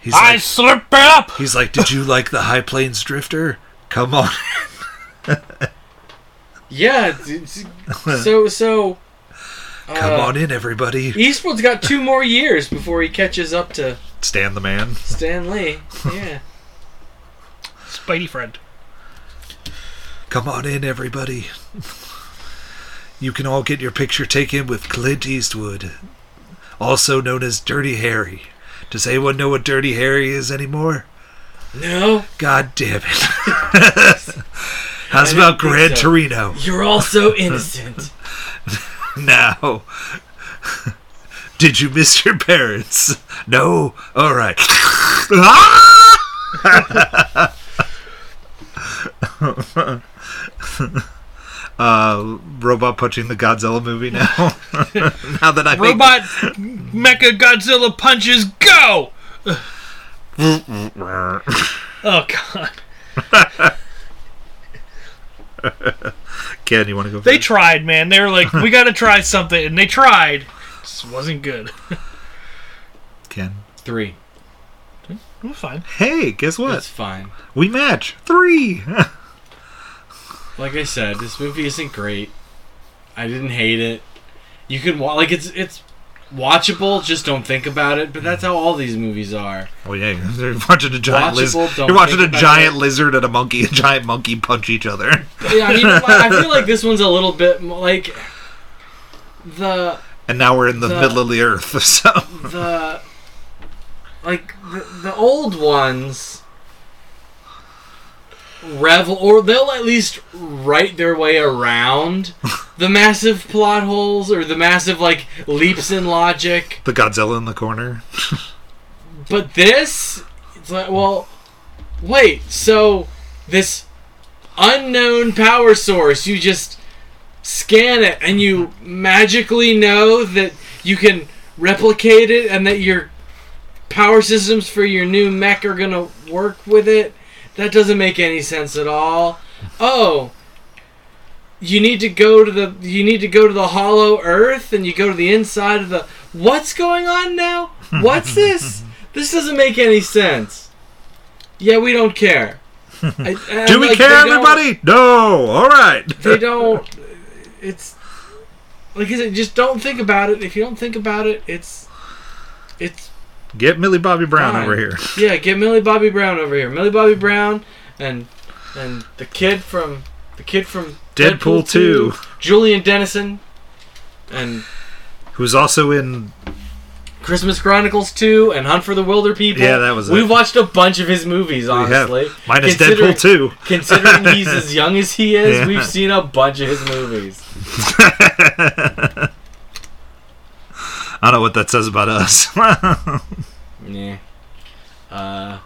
Speaker 1: He's like,
Speaker 2: slurp up.
Speaker 1: he's like, did you like the High Plains Drifter? Come on.
Speaker 3: Yeah. d- d-
Speaker 1: (laughs)
Speaker 3: So, so. uh,
Speaker 1: Come on in, everybody.
Speaker 3: Eastwood's got two more years before he catches up to
Speaker 1: Stan the man. (laughs)
Speaker 3: Stan Lee. Yeah.
Speaker 2: Spidey friend.
Speaker 1: Come on in, everybody. You can all get your picture taken with Clint Eastwood. also known as Dirty Harry. Does anyone know what Dirty Harry is anymore?
Speaker 3: No,
Speaker 1: God damn it. How's
Speaker 3: (laughs) I didn't
Speaker 1: about
Speaker 3: think
Speaker 1: Gran
Speaker 3: so.
Speaker 1: Torino?
Speaker 3: you're all so innocent.
Speaker 1: No. (laughs) Did you miss your parents? No? All right. (laughs) uh, robot punching the Godzilla movie now. (laughs) now that I think-
Speaker 2: Robot Mecha Godzilla punches go. Oh god.
Speaker 1: Ken, you want to go?
Speaker 2: They
Speaker 1: first?
Speaker 2: tried, man. They were like, we gotta try something, and they tried. Just wasn't good.
Speaker 1: Ken.
Speaker 3: Three.
Speaker 2: We're fine.
Speaker 1: Hey, guess what?
Speaker 3: That's fine.
Speaker 1: We match three.
Speaker 3: Like I said, this movie isn't great. I didn't hate it. You can wa- like it's it's watchable. Just don't think about it. But that's how all these movies are.
Speaker 1: oh yeah, (laughs) you're watching a giant
Speaker 3: Watchable,
Speaker 1: lizard.
Speaker 3: don't
Speaker 1: You're watching a
Speaker 3: think about
Speaker 1: giant
Speaker 3: it.
Speaker 1: lizard and a monkey, (laughs) a giant monkey punch each other, (laughs)
Speaker 3: Yeah, I (laughs) mean, I feel like this one's a little bit more like the
Speaker 1: and now we're in the
Speaker 3: The-
Speaker 1: middle of the earth. (laughs) So
Speaker 3: the like the, the old ones revel or they'll at least write their way (laughs) around the massive plot holes or the massive like leaps in logic
Speaker 1: the Godzilla in the corner.
Speaker 3: but this it's like well wait so this unknown power source you just scan it and you magically know that you can replicate it and that your power systems for your new mech are going to work with it that doesn't make any sense at all oh you need to go to the you need to go to the hollow earth and you go to the inside of the what's going on now
Speaker 1: (laughs)
Speaker 3: what's this this doesn't make any sense yeah we
Speaker 1: (laughs)
Speaker 3: don't care I- and,
Speaker 1: Do we
Speaker 3: like,
Speaker 1: care,
Speaker 3: they don't-
Speaker 1: everybody? No. All right.
Speaker 3: (laughs) they don't it's like I said, just don't think about it if you don't think about it it's it's
Speaker 1: (laughs) Get Millie Bobby Brown
Speaker 3: Fine.
Speaker 1: over here.
Speaker 3: yeah get millie bobby brown over here millie bobby brown and and the kid from the kid from
Speaker 1: Deadpool 2.
Speaker 3: julian dennison and
Speaker 1: Who's also in?
Speaker 3: Christmas Chronicles 2 and Hunt for the Wilder People.
Speaker 1: Yeah, that was it.
Speaker 3: We've watched a bunch of his movies,
Speaker 1: have.
Speaker 3: honestly.
Speaker 1: Minus
Speaker 3: Considering-
Speaker 1: Deadpool two. (laughs)
Speaker 3: Considering he's as young as he is,
Speaker 1: Yeah.
Speaker 3: we've seen a bunch of his movies.
Speaker 1: I don't know what that says about us. (laughs)
Speaker 3: Yeah. Uh,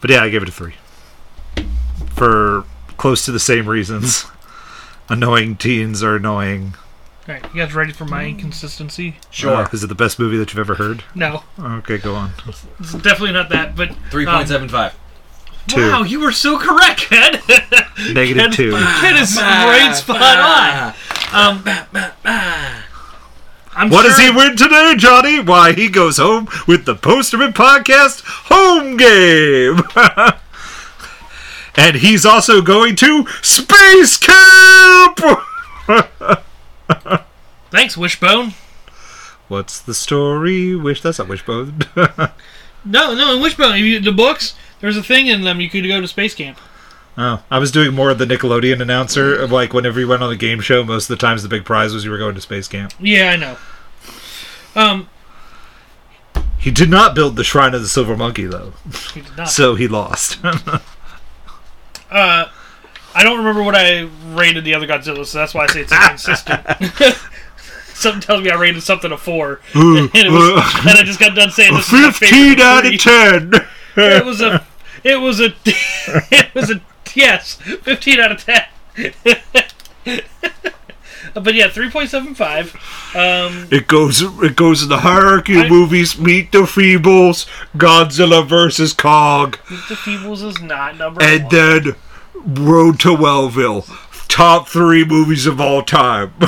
Speaker 1: But yeah, I gave it a three. For close to the same reasons. (laughs) Annoying teens are annoying.
Speaker 2: All right, you guys ready for my inconsistency?
Speaker 3: sure.
Speaker 1: Uh, is it the best movie that you've ever heard?
Speaker 2: No,
Speaker 1: Okay, go
Speaker 2: (laughs)
Speaker 1: on.
Speaker 2: it's definitely not that. But um,
Speaker 3: 3.75.
Speaker 1: Two.
Speaker 2: wow, you were so
Speaker 1: (laughs)
Speaker 2: correct, Ken.
Speaker 1: Negative two.
Speaker 2: Ken is right spot
Speaker 3: Ah,
Speaker 2: on. Um, I'm
Speaker 1: What
Speaker 2: sure,
Speaker 1: does he win today, Johnny? Why, he goes home with the Posterman Podcast home game. (laughs) and he's also going to Space Camp! (laughs)
Speaker 2: Thanks, Wishbone.
Speaker 1: What's the story? Wish that's not Wishbone. (laughs) Oh,
Speaker 2: No, no, in Wishbone, if you, the books. There's a thing in them. You could go to space camp.
Speaker 1: Oh, I was doing more of the Nickelodeon announcer. of, Like whenever you went on the game show, most of the times the big prize was you were going to space camp.
Speaker 2: Yeah, I know. Um,
Speaker 1: He did not build the Shrine of the Silver Monkey though,
Speaker 2: he did not.
Speaker 1: so he
Speaker 2: (laughs)
Speaker 1: lost. (laughs)
Speaker 2: Uh, I don't remember what I rated the other Godzilla, so that's why I say
Speaker 1: (laughs)
Speaker 2: it's inconsistent. Something tells me I rated something a four, and, it was, and I just got done saying this is my
Speaker 1: Fifteen
Speaker 2: favorite
Speaker 1: out
Speaker 2: three.
Speaker 1: of ten.
Speaker 2: It was a, it was a, (laughs) it was a yes, fifteen out of ten. (laughs) but yeah, three point seven five. Um,
Speaker 1: It goes. It goes in the hierarchy
Speaker 2: I-
Speaker 1: of movies. Meet the Feebles, Godzilla versus Kong,
Speaker 2: the Feebles is not number
Speaker 1: and
Speaker 2: one.
Speaker 1: then Road to Wellville. Top three movies of all time. (laughs)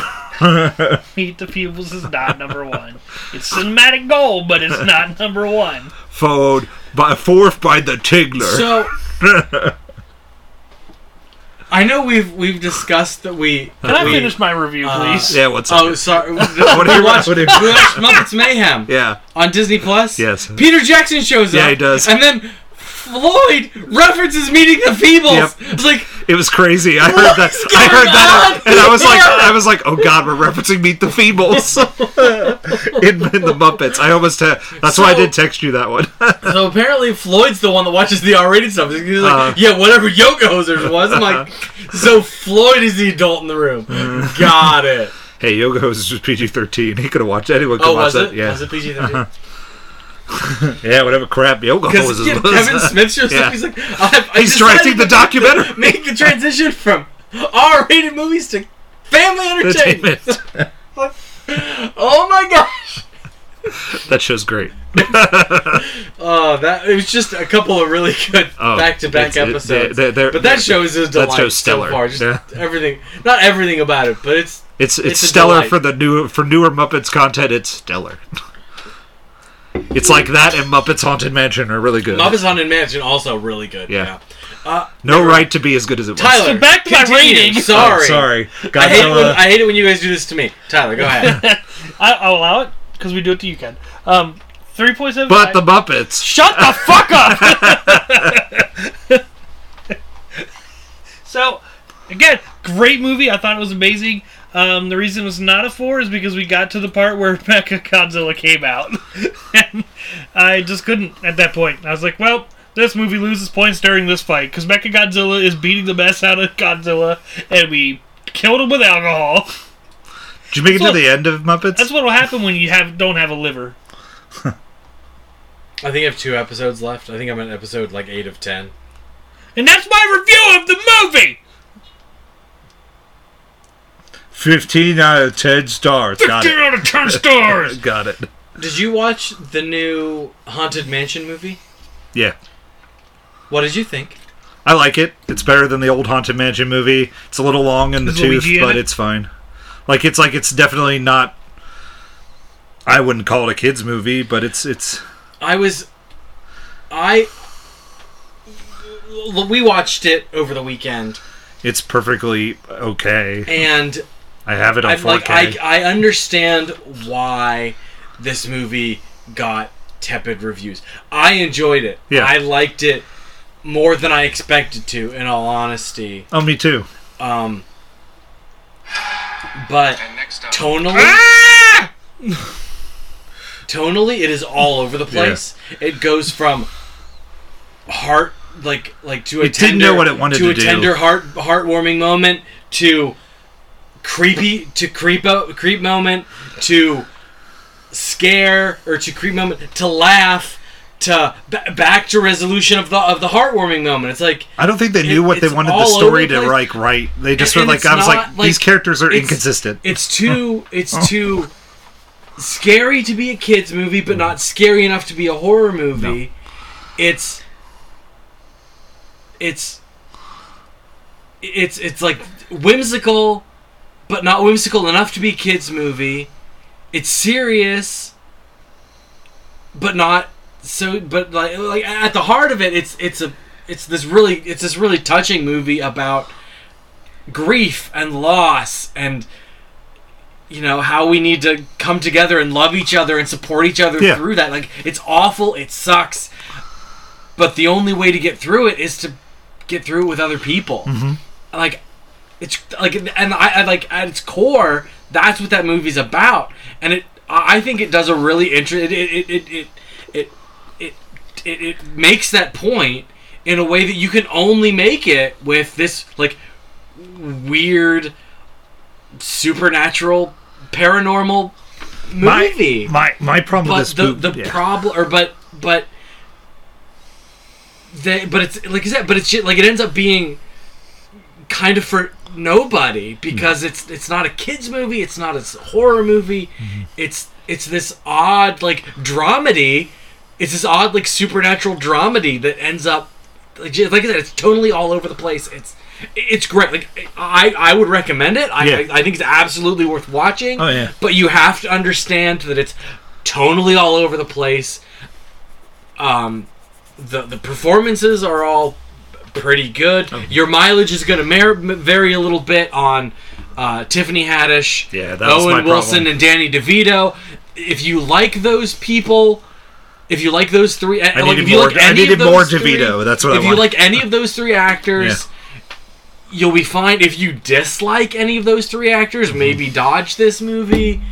Speaker 2: Meet the Feebles is not number one. It's cinematic gold, but it's not number one.
Speaker 1: Followed by fourth by The Tingler.
Speaker 3: So
Speaker 1: (laughs)
Speaker 3: I know we've we've discussed that we
Speaker 2: Can I
Speaker 3: we-
Speaker 2: finish my review, please?
Speaker 1: yeah, what's up?
Speaker 3: Oh, sorry. what
Speaker 1: (laughs) What do you want? What do you-
Speaker 3: Muppets Mayhem
Speaker 1: (laughs) yeah.
Speaker 3: on Disney Plus.
Speaker 1: Yes.
Speaker 3: Peter Jackson shows up.
Speaker 1: Yeah, he does.
Speaker 3: And then Floyd references meeting the Feebles.
Speaker 1: Yep.
Speaker 3: It's like
Speaker 1: It was crazy. I heard that.
Speaker 3: is
Speaker 1: I heard
Speaker 3: going
Speaker 1: that,
Speaker 3: on?
Speaker 1: and I was like,
Speaker 3: Yeah.
Speaker 1: I was like, oh god, we're referencing Meet the
Speaker 3: (laughs)
Speaker 1: Feebles (laughs) in, in the Muppets. I almost had. That's why I
Speaker 3: So-
Speaker 1: did text you that one. (laughs)
Speaker 3: so. Apparently, Floyd's the one that watches the R-rated stuff. He's like,
Speaker 1: Uh.
Speaker 3: yeah, whatever Yoga Hosers was. I'm like,
Speaker 1: Uh-huh.
Speaker 3: so Floyd is the adult in the room.
Speaker 1: Mm-hmm.
Speaker 3: Got it.
Speaker 1: hey, Yoga Hoses was PG thirteen. He could have watched. Anyone could
Speaker 3: Oh,
Speaker 1: watch
Speaker 3: was
Speaker 1: that.
Speaker 3: it?
Speaker 1: Yeah,
Speaker 3: Was it PG-13?
Speaker 1: yeah, whatever crap Yoga
Speaker 3: Because
Speaker 1: Hoses
Speaker 3: yeah,
Speaker 1: (laughs) was.
Speaker 3: Kevin Smith shows
Speaker 1: Yeah.
Speaker 3: up. He's like, I, I
Speaker 1: He's directing
Speaker 3: decided
Speaker 1: the
Speaker 3: to
Speaker 1: documentary.
Speaker 3: (laughs) Make the transition from R-rated movies to family entertainment.
Speaker 1: Entertainment.
Speaker 3: oh my gosh.
Speaker 1: that show's great.
Speaker 3: Oh, that it was just a couple of really good
Speaker 1: Oh,
Speaker 3: back-to-back
Speaker 1: it's- it-
Speaker 3: episodes.
Speaker 1: they're- they're-
Speaker 3: but that show is a delight.
Speaker 1: show's stellar.
Speaker 3: So far. Just
Speaker 1: Yeah.
Speaker 3: everything, not everything about it, but it's
Speaker 1: It's it's,
Speaker 3: It's a
Speaker 1: stellar
Speaker 3: delight.
Speaker 1: for the new for newer Muppets content. It's stellar. (laughs) It's like that and Muppets Haunted Mansion are really good.
Speaker 3: Muppets Haunted Mansion also really good.
Speaker 1: Yeah.
Speaker 3: Yeah.
Speaker 1: no right to be as good as it was.
Speaker 3: Tyler,
Speaker 2: So back to my
Speaker 3: continue.
Speaker 2: rating.
Speaker 1: Oh,
Speaker 3: Sorry,
Speaker 1: sorry,
Speaker 3: I hate, when,
Speaker 1: Godzilla.
Speaker 3: I hate it when you guys do this to me. Tyler, go
Speaker 1: (laughs)
Speaker 3: ahead.
Speaker 2: I, I'll allow it because we do it to you, Ken. Um, three point seven.
Speaker 1: But the Muppets.
Speaker 2: Shut the fuck up!
Speaker 1: (laughs)
Speaker 2: so, again, great movie. I thought it was amazing. Um, the reason it was not a four is because we got to the part where (laughs) Mecha Godzilla came out. (laughs) and I just couldn't at that point. I was like, well, this movie loses points during this fight because Mecha Godzilla is beating the mess out of Godzilla and we killed him with alcohol. (laughs)
Speaker 1: Did you make it to
Speaker 2: So-
Speaker 1: the end of Muppets?
Speaker 2: That's what will happen when you have don't have a liver.
Speaker 3: I think I have two episodes left. I think I'm on episode like eight of ten.
Speaker 2: And that's my review of the movie!
Speaker 1: Fifteen out of ten stars. Got
Speaker 2: 15
Speaker 1: it.
Speaker 2: out of 10
Speaker 1: (laughs)
Speaker 2: stars!
Speaker 1: Got it.
Speaker 3: Did you watch the new Haunted Mansion movie?
Speaker 1: Yeah,
Speaker 3: What did you think?
Speaker 1: I like it. It's better than the old Haunted Mansion movie. It's a little long in the
Speaker 2: Is
Speaker 1: tooth,
Speaker 2: Luigi in
Speaker 1: but
Speaker 2: it?
Speaker 1: it's fine. Like it's like it's definitely not. I wouldn't call it a kids movie, but it's it's
Speaker 3: I was, I, l- we watched it over the weekend,
Speaker 1: it's perfectly okay.
Speaker 3: and
Speaker 1: I have it on
Speaker 3: I'm
Speaker 1: 4K.
Speaker 3: like, I, I understand why this movie got tepid reviews. I enjoyed it.
Speaker 1: Yeah.
Speaker 3: I liked it more than I expected to. In all honesty,
Speaker 1: oh, me too.
Speaker 3: um, but
Speaker 4: And next Ah! up,
Speaker 3: tonally. tonally it is all over the place it goes from heart like like to a
Speaker 1: It
Speaker 3: tender
Speaker 1: didn't know what it wanted to
Speaker 3: a
Speaker 1: do.
Speaker 3: tender heart heartwarming moment to creepy to creep out creep moment to scare or to creep moment to laugh to ba- back to resolution of the of the heartwarming moment it's like
Speaker 1: I don't think they knew
Speaker 3: It-
Speaker 1: what they
Speaker 3: it's
Speaker 1: wanted the
Speaker 3: all
Speaker 1: story
Speaker 3: over
Speaker 1: to
Speaker 3: the place.
Speaker 1: like write. They just
Speaker 3: And-
Speaker 1: were
Speaker 3: and
Speaker 1: like,
Speaker 3: it's
Speaker 1: I was like,
Speaker 3: not, like,
Speaker 1: these characters are
Speaker 3: it's-
Speaker 1: inconsistent.
Speaker 3: it's too it's too scary to be a kids movie but not scary enough to be a horror movie it's it's it's it's like whimsical but not whimsical enough to be a kids movie it's serious but not so but like like at the heart of it it's it's a it's this really it's this really touching movie about grief and loss and you know how we need to come together and love each other and support each other
Speaker 1: Yeah.
Speaker 3: through that like it's awful it sucks but the only way to get through it is to get through it with other people like it's like and I, I like at its core that's what that movie's about and it i I think it does a really interesting it it it it, it, it, it it makes that point in a way that you can only make it with this like weird supernatural paranormal movie
Speaker 1: My my my problem
Speaker 3: but
Speaker 1: with this
Speaker 3: the,
Speaker 1: movie.
Speaker 3: the problem or but but they but it's like I said, but it's shit like it ends up being kind of for nobody because it's it's not a kids movie, it's not a s- horror movie,
Speaker 1: Mm-hmm.
Speaker 3: it's it's this odd like dramedy, it's this odd like supernatural dramedy that ends up like, j- like I said, it's totally all over the place. It's it's great. Like I, I would recommend it. I,
Speaker 1: Yeah.
Speaker 3: I, I think it's absolutely worth watching.
Speaker 1: Oh, yeah.
Speaker 3: But you have to understand that it's totally all over the place. Um, the the performances are all pretty good.
Speaker 1: Oh.
Speaker 3: Your mileage is going to mer- vary a little bit on uh, Tiffany Haddish,
Speaker 1: Yeah, that was
Speaker 3: Owen
Speaker 1: my
Speaker 3: Wilson,
Speaker 1: problem.
Speaker 3: and Danny DeVito. If you like those people, If you like those three,
Speaker 1: I
Speaker 3: like,
Speaker 1: needed
Speaker 3: if you
Speaker 1: more-
Speaker 3: like
Speaker 1: I
Speaker 3: any of
Speaker 1: needed more
Speaker 3: those
Speaker 1: DeVito,
Speaker 3: three-
Speaker 1: that's what I
Speaker 3: If you
Speaker 1: want.
Speaker 3: like any of those three actors, you'll be fine. If you dislike any of those three
Speaker 1: Mm-hmm.
Speaker 3: actors, maybe dodge this movie.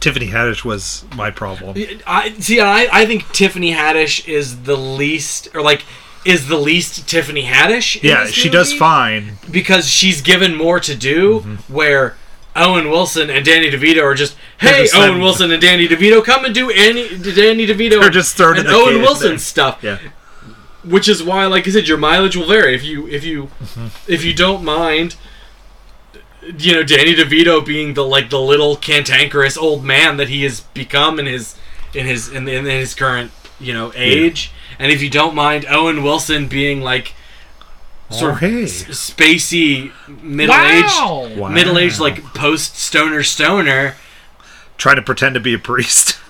Speaker 1: Tiffany Haddish was my problem.
Speaker 3: I see. I I think Tiffany Haddish is the least, or like, is the least Tiffany Haddish. in
Speaker 1: Yeah,
Speaker 3: this
Speaker 1: she does
Speaker 3: movie
Speaker 1: fine. Mm-hmm.
Speaker 3: because she's given more to do. Where Owen Wilson and Danny DeVito are just, hey,
Speaker 1: just
Speaker 3: Owen
Speaker 1: then-
Speaker 3: Wilson and Danny DeVito, come and do any Danny DeVito
Speaker 1: They're just throwing
Speaker 3: and
Speaker 1: the kid
Speaker 3: Owen
Speaker 1: in
Speaker 3: Wilson
Speaker 1: there.
Speaker 3: stuff.
Speaker 1: Yeah.
Speaker 3: Which is why, like I said, your mileage will vary. If you if you
Speaker 1: Mm-hmm.
Speaker 3: if you don't mind, you know Danny DeVito being the like the little cantankerous old man that he has become in his in his in, in his current you know age, and if you don't mind Owen Wilson being like sort of
Speaker 1: Oh, hey.
Speaker 3: s- spacey middle
Speaker 2: Wow.
Speaker 3: aged
Speaker 1: Wow.
Speaker 3: middle aged like post stoner stoner
Speaker 1: Trying to pretend to be a priest.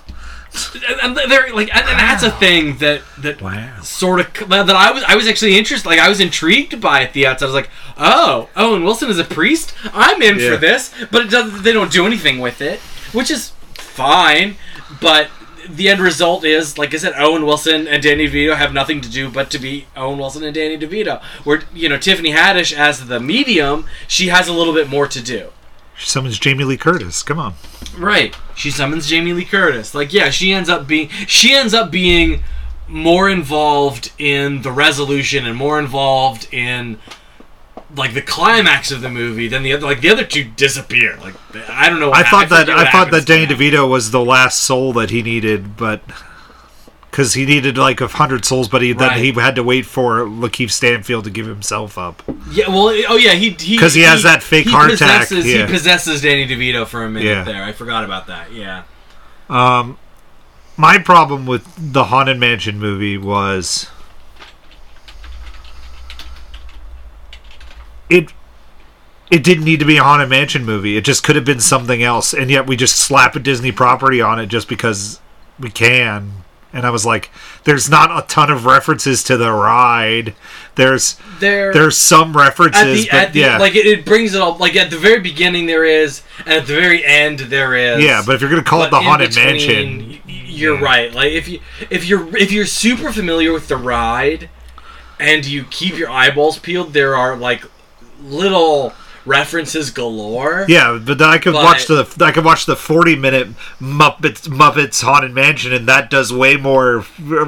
Speaker 1: (laughs)
Speaker 3: and, and they're like and, and that's a thing that that
Speaker 1: Wow.
Speaker 3: sort of that I was I was actually interested like I was intrigued by at the outset I was like oh Owen Wilson is a priest I'm in
Speaker 1: Yeah.
Speaker 3: for this but it doesn't they don't do anything with it which is fine but the end result is like I said Owen Wilson and Danny DeVito have nothing to do but to be Owen Wilson and Danny DeVito where you know Tiffany Haddish as the medium she has a little bit more to do
Speaker 1: She summons Jamie Lee Curtis. Come on.
Speaker 3: Right. She summons Jamie Lee Curtis. Like, yeah, she ends up being she ends up being more involved in the resolution and more involved in like the climax of the movie than the other like the other two disappear. Like I don't know.
Speaker 1: I
Speaker 3: what-
Speaker 1: thought that
Speaker 3: forget what
Speaker 1: I thought
Speaker 3: happens
Speaker 1: that
Speaker 3: to
Speaker 1: Danny
Speaker 3: them.
Speaker 1: DeVito was the last soul that he needed, but because he needed like a hundred souls, but he,
Speaker 3: Right.
Speaker 1: then he had to wait for Lakeith Stanfield to give himself up.
Speaker 3: Yeah, well, oh yeah, he he
Speaker 1: 'Cause he has that fake
Speaker 3: he
Speaker 1: heart attack,
Speaker 3: possesses-
Speaker 1: yeah.
Speaker 3: He possesses Danny DeVito for a minute
Speaker 1: Yeah.
Speaker 3: there. I forgot about that. Yeah.
Speaker 1: My problem with the Haunted Mansion movie was it it didn't need to be a Haunted Mansion movie. It just could have been something else, and yet we just slap a Disney property on it just because we can. And I was like, there's not a ton of references to the ride. There's
Speaker 3: There
Speaker 1: there's some
Speaker 3: at
Speaker 1: references,
Speaker 3: the,
Speaker 1: but
Speaker 3: at the
Speaker 1: yeah,
Speaker 3: like it, it brings it all like at the very beginning there is and at the very end there is
Speaker 1: yeah. But if you're gonna call it
Speaker 3: But
Speaker 1: the
Speaker 3: in
Speaker 1: Haunted
Speaker 3: between,
Speaker 1: Mansion,
Speaker 3: y- You're right. Like if you if you're if you're super familiar with the ride, and you keep your eyeballs peeled, there are like little references galore.
Speaker 1: Yeah, but then I could
Speaker 3: But-
Speaker 1: watch the I could watch the forty minute Muppets Muppets Haunted Mansion, and that does way more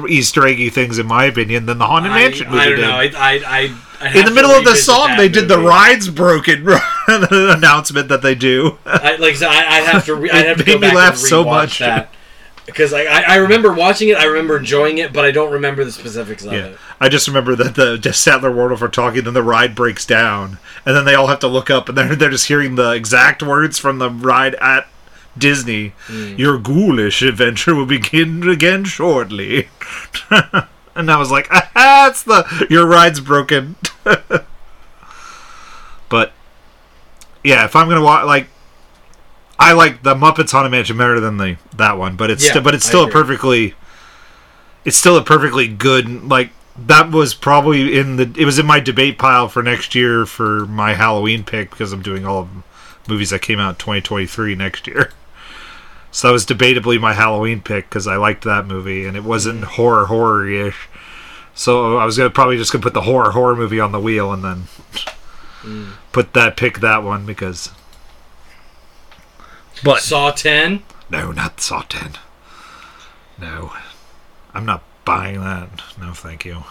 Speaker 1: Easter eggy things, in my opinion, than the Haunted
Speaker 3: I,
Speaker 1: Mansion movie
Speaker 3: I don't
Speaker 1: did.
Speaker 3: know. I, I, I, I
Speaker 1: in the middle of the song, they did the rides broken (laughs) announcement that they do.
Speaker 3: I, like I said, I, I have to. Re-
Speaker 1: (laughs)
Speaker 3: I
Speaker 1: It
Speaker 3: have to
Speaker 1: made
Speaker 3: go
Speaker 1: me
Speaker 3: back
Speaker 1: laugh
Speaker 3: and
Speaker 1: so
Speaker 3: rewatch
Speaker 1: much.
Speaker 3: that because I, I, I remember watching it. I remember enjoying it, but I don't remember the specifics of
Speaker 1: Yeah.
Speaker 3: it.
Speaker 1: I just remember that the just Sattler Waldorf are talking, then the ride breaks down, and then they all have to look up, and they're they're just hearing the exact words from the ride at Disney. Your ghoulish adventure will begin again shortly. (laughs) and I was like, (laughs) ah, that's the your ride's broken. but yeah, if I'm gonna watch like. I like the Muppets Haunted Mansion better than the that one, but it's
Speaker 3: Yeah,
Speaker 1: sti- but it's
Speaker 3: I
Speaker 1: still a
Speaker 3: agree.
Speaker 1: perfectly it's still a perfectly good like that was probably in the it was in my debate pile for next year for my Halloween pick because I'm doing all of movies that came out in 2023 next year. So that was debatably my Halloween pick because I liked that movie and it wasn't horror horror ish. So I was gonna probably just gonna put the horror horror movie on the wheel and then put that pick that one because But
Speaker 3: Saw ten.
Speaker 1: no, not Saw 10. No. I'm not buying that. No, thank you.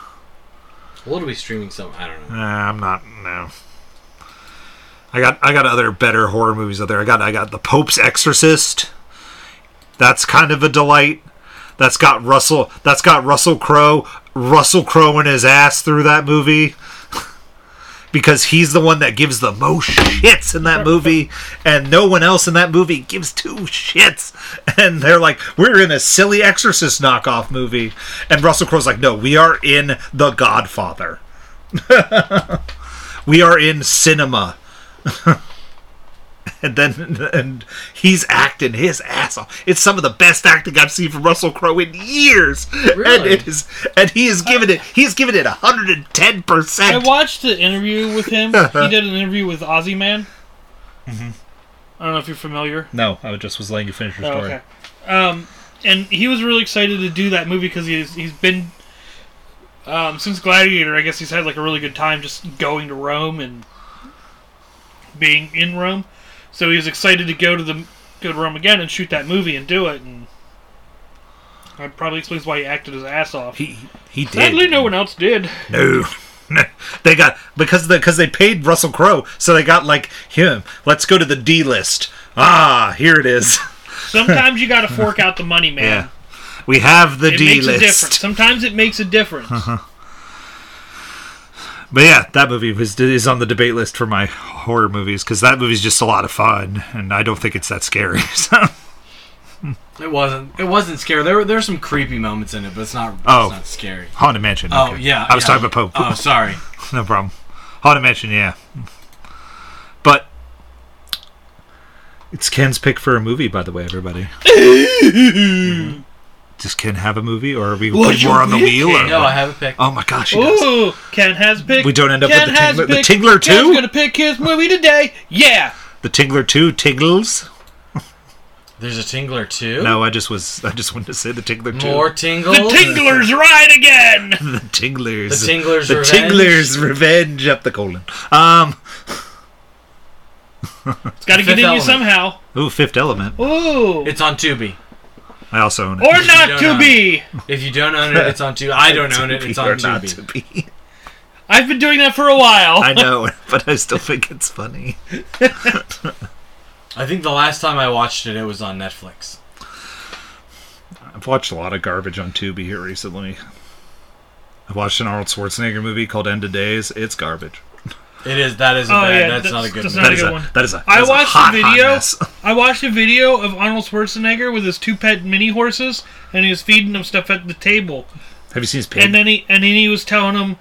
Speaker 3: What are we streaming? Some I don't know.
Speaker 1: Nah, I'm not. No. I got I got other better horror movies out there. I got I got The Pope's Exorcist. That's kind of a delight. That's got Russell that's got Russell Crowe Russell Crowe in his ass through that movie. because he's the one that gives the most shits in that movie and no one else in that movie gives two shits and they're like we're in a silly exorcist knockoff movie and russell crowe's like no we are in the godfather (laughs) we are in cinema (laughs) and then and he's acting his ass off it's some of the best acting i've seen from russell crowe in years and
Speaker 3: Really?
Speaker 1: it is and he is giving it he's giving it 110%
Speaker 2: I watched the interview with him. he did an interview with Ozzy Man. I don't know if you're familiar.
Speaker 1: No, I just was letting you finish your
Speaker 2: Oh, okay. Um, and he was really excited to do that movie because he's he's been um, since Gladiator. I guess he's had like a really good time just going to Rome and being in Rome. So he was excited to go to the go to Rome again and shoot that movie and do it. And that probably explains why he acted his ass off.
Speaker 1: He he did.
Speaker 2: Sadly, no one else did.
Speaker 1: No. (laughs) they got because the because they paid Russell Crowe, so they got like him. Let's go to the D list. Ah, here it is. (laughs)
Speaker 2: Sometimes you got to fork out the money, man.
Speaker 1: Yeah. We have the
Speaker 2: It
Speaker 1: D
Speaker 2: makes a difference.
Speaker 1: list.
Speaker 2: Sometimes it makes a difference.
Speaker 1: (laughs) But yeah, that movie was is on the debate list for my horror movies because that movie's just a lot of fun, and I don't think it's that scary. (laughs) So
Speaker 3: It wasn't. It wasn't scary. There were there were some creepy moments in it, but it's not.
Speaker 1: Oh.
Speaker 3: It's not scary.
Speaker 1: Haunted Mansion.
Speaker 3: Oh
Speaker 1: okay.
Speaker 3: yeah.
Speaker 1: I was
Speaker 3: yeah.
Speaker 1: talking about Pope. (laughs)
Speaker 3: Oh sorry.
Speaker 1: no problem. Haunted Mansion, yeah. But it's Ken's pick for a movie, by the way,
Speaker 3: (laughs)
Speaker 1: everybody. Does Ken have a movie, or are we putting more on the wheel? Or
Speaker 3: No, I have a pick.
Speaker 1: oh my gosh, he does.
Speaker 2: Ooh, Ken has picked.
Speaker 1: We don't end up
Speaker 2: Ken
Speaker 1: with the
Speaker 2: has
Speaker 1: Tingler- the
Speaker 2: picked.
Speaker 1: Tingler too?
Speaker 2: Ken's gonna pick his movie today. Yeah.
Speaker 1: the Tingler Two tingles.
Speaker 3: There's a tingler too.
Speaker 1: No, I just was. I just wanted to say the Tingler Two.
Speaker 3: More
Speaker 2: The
Speaker 3: tingles.
Speaker 2: Tingler's right
Speaker 1: (laughs)
Speaker 2: again.
Speaker 1: the Tinglers.
Speaker 3: The Tingler's
Speaker 1: The
Speaker 3: Revenge.
Speaker 1: Tingler's revenge up the colon. Um.
Speaker 2: It's got to
Speaker 3: Fifth
Speaker 2: get in you
Speaker 3: Element.
Speaker 2: somehow.
Speaker 1: Ooh, Fifth Element.
Speaker 2: Ooh.
Speaker 3: It's on Tubi.
Speaker 1: I also own it. (laughs)
Speaker 2: or not
Speaker 3: don't
Speaker 2: to
Speaker 3: know.
Speaker 2: be.
Speaker 3: If you don't own it, it's on Tubi. I don't
Speaker 1: To
Speaker 3: own it.
Speaker 1: be
Speaker 3: It's on
Speaker 1: or not to
Speaker 3: Tubi.
Speaker 1: be.
Speaker 2: I've been doing that for a while.
Speaker 1: I know, (laughs) but I still think it's funny.
Speaker 3: I think the last time I watched it, it was on Netflix.
Speaker 1: I've watched a lot of garbage on Tubi here recently. I watched an Arnold Schwarzenegger movie called End of Days. It's garbage.
Speaker 3: It is. That is a
Speaker 2: Oh,
Speaker 3: bad.
Speaker 2: yeah,
Speaker 3: that's,
Speaker 2: that's-
Speaker 3: not a good.
Speaker 2: that's
Speaker 3: movie.
Speaker 1: That
Speaker 2: not a
Speaker 1: is
Speaker 2: good
Speaker 1: a,
Speaker 2: one.
Speaker 1: that is a.
Speaker 2: I
Speaker 1: that is a
Speaker 2: watched the
Speaker 1: hot, hot
Speaker 2: video.
Speaker 1: mess. (laughs)
Speaker 2: I watched a video of Arnold Schwarzenegger with his two pet mini horses, and he was feeding them stuff at the table.
Speaker 1: Have you seen his pig?
Speaker 2: And then he and then he was telling them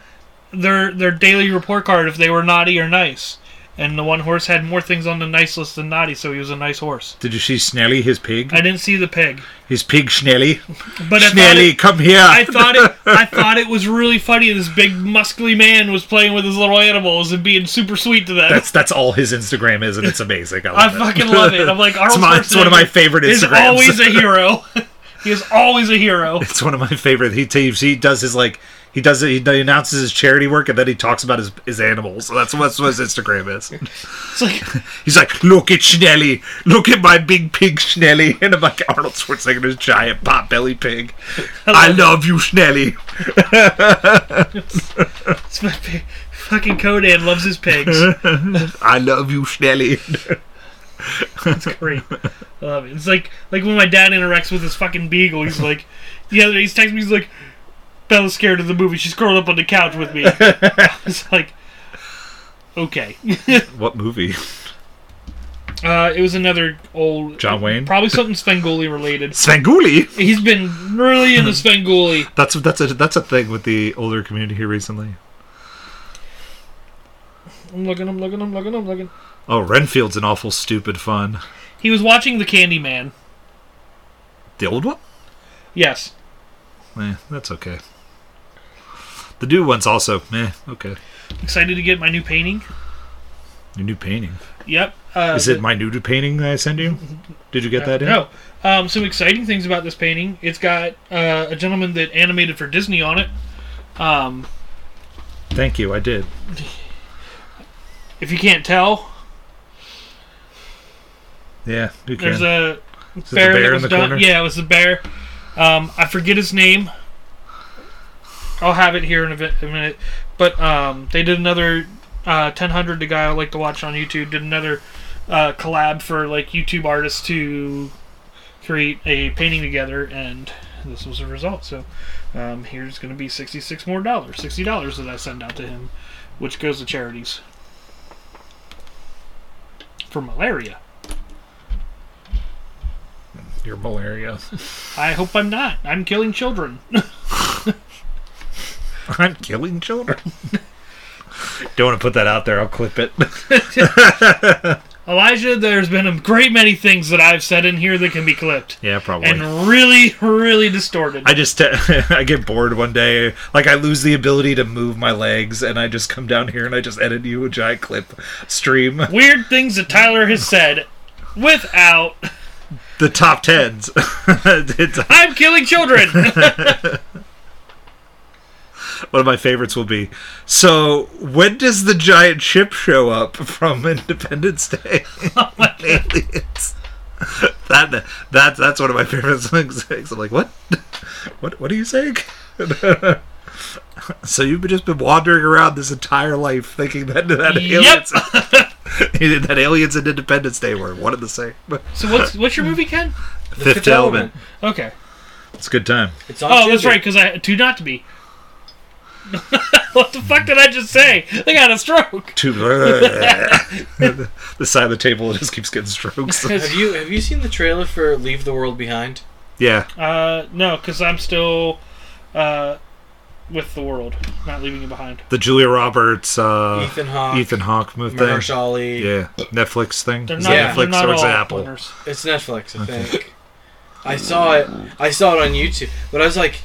Speaker 2: their their daily report card if they were naughty or nice. And the one horse had more things on the nice list than naughty, so he was a nice horse.
Speaker 1: Did you see Snelly, his pig?
Speaker 2: I didn't see the pig,
Speaker 1: His pig Snelly.
Speaker 2: but (laughs) I thought,
Speaker 1: Snelly,
Speaker 2: it,
Speaker 1: come here. (laughs)
Speaker 2: I thought it I thought it was really funny. This big muscly man was playing with his little animals and being super sweet to them.
Speaker 1: that's that's all his Instagram is, and it's amazing. I,
Speaker 2: I
Speaker 1: love it.
Speaker 2: fucking love it. I'm like
Speaker 1: (laughs)
Speaker 2: Arnold
Speaker 1: It's, my, it's one of my
Speaker 2: Schwarzenegger
Speaker 1: favorite
Speaker 2: is
Speaker 1: Instagrams. (laughs)
Speaker 2: always a hero. he is always a hero.
Speaker 1: It's one of my favorite. He he, he does his like he does it. He announces his charity work and then he talks about his, his animals. So that's what, that's what his Instagram is.
Speaker 2: It's like
Speaker 1: He's like, look at Schnelly, look at my big pig Schnelly, (laughs) and I'm like Arnold Schwarzenegger's giant pot belly
Speaker 2: (laughs)
Speaker 1: pig. I love you, Schnelly.
Speaker 2: it's my pig. fucking Conan loves his pigs.
Speaker 1: I love you, Schnelly.
Speaker 2: great. I love it. It's like like when my dad interacts with his fucking beagle. He's like, (laughs) the other day he's texting me. He's like, Bella's scared of the movie. She's curled up on the couch with
Speaker 1: (laughs)
Speaker 2: me. It's like, okay.
Speaker 1: (laughs) What movie?
Speaker 2: Uh, it was another old
Speaker 1: John Wayne?
Speaker 2: probably something Svengoolie related.
Speaker 1: Svengoolie.
Speaker 2: He's been
Speaker 1: (laughs)
Speaker 2: really into Svengoolie.
Speaker 1: That's that's a that's a thing with the older community here recently.
Speaker 2: I'm looking. I'm looking. I'm looking. I'm looking.
Speaker 1: Oh, Renfield's an awful stupid fun.
Speaker 2: He was watching The Candyman.
Speaker 1: The old one?
Speaker 2: Yes.
Speaker 1: Eh, that's okay. The new one's also meh. Okay,
Speaker 2: Excited to get my new painting.
Speaker 1: your new painting.
Speaker 2: Yep. Uh,
Speaker 1: Is it my nude painting that I send you? Did you get that in?
Speaker 2: No. Um, some exciting things about this painting. It's got uh, a gentleman that animated for Disney on it. Um,
Speaker 1: Thank you, I did.
Speaker 2: if you can't tell,
Speaker 1: Yeah, you can.
Speaker 2: there's a
Speaker 1: Is it
Speaker 2: bear,
Speaker 1: the
Speaker 2: that
Speaker 1: bear in
Speaker 2: was
Speaker 1: the
Speaker 2: done.
Speaker 1: corner?
Speaker 2: Yeah, it was the bear. Um, I forget his name. I'll have it here in a, bit, a minute. But um, they did another uh, 1000. The guy I like to watch on YouTube did another uh, collab for like YouTube artists to create a painting together, and this was the result. So um, here's going to be 66 more dollars, 60 dollars that I send out to him, which goes to charities for malaria.
Speaker 1: Your malaria. (laughs)
Speaker 2: I hope I'm not. I'm killing children. (laughs)
Speaker 1: I'm killing children. (laughs) Don't want to put that out there. I'll clip it.
Speaker 2: Elijah, there's been a great many things that I've said in here that can be clipped
Speaker 1: (laughs) yeah, probably.
Speaker 2: and really, really distorted.
Speaker 1: uh, I just (laughs) I get bored one day. Like I lose the ability to move my legs, and I just come down here and I just edit you a giant clip stream.
Speaker 2: Weird things that Tyler has said without
Speaker 1: the top tens. (laughs) It's-
Speaker 2: I'm killing
Speaker 3: (laughs)
Speaker 2: children.
Speaker 1: one of my favorites will be. So when does the giant ship show up from (laughs) Independence (laughs) Day? Aliens. That that that's one of my favorite songs. (laughs) I'm like, what? What what are you saying? (laughs) so you've just been wandering around this entire life thinking that that
Speaker 2: Yep.
Speaker 1: aliens that aliens (laughs) and Independence Day were one and the same. (laughs)
Speaker 2: so what's what's your movie, Ken?
Speaker 1: Fifth, Element.
Speaker 2: Okay.
Speaker 1: It's a good time.
Speaker 3: It's on
Speaker 2: Oh, that's
Speaker 3: Tubi.
Speaker 2: right, because I too not to be. (laughs) what the fuck did I just say? I got a stroke.
Speaker 1: Two. (laughs) the side of the table just keeps getting (laughs) strokes.
Speaker 3: Have you have you seen the trailer for Leave the World Behind?
Speaker 1: Yeah.
Speaker 2: Uh, no, because I'm still uh, with the world, not leaving it behind.
Speaker 1: the Julia Roberts, uh,
Speaker 3: Ethan Hawke,
Speaker 1: Ethan Hawke movie thing.
Speaker 3: Mahershala Ali.
Speaker 1: Yeah, Netflix thing.
Speaker 2: They're
Speaker 1: Is
Speaker 2: not,
Speaker 1: it
Speaker 3: Yeah.
Speaker 2: they're
Speaker 1: Netflix
Speaker 2: not
Speaker 1: or is
Speaker 2: all
Speaker 1: it Apple?
Speaker 2: winners.
Speaker 3: It's Netflix, I think. I saw it. I saw it on YouTube, but I was like,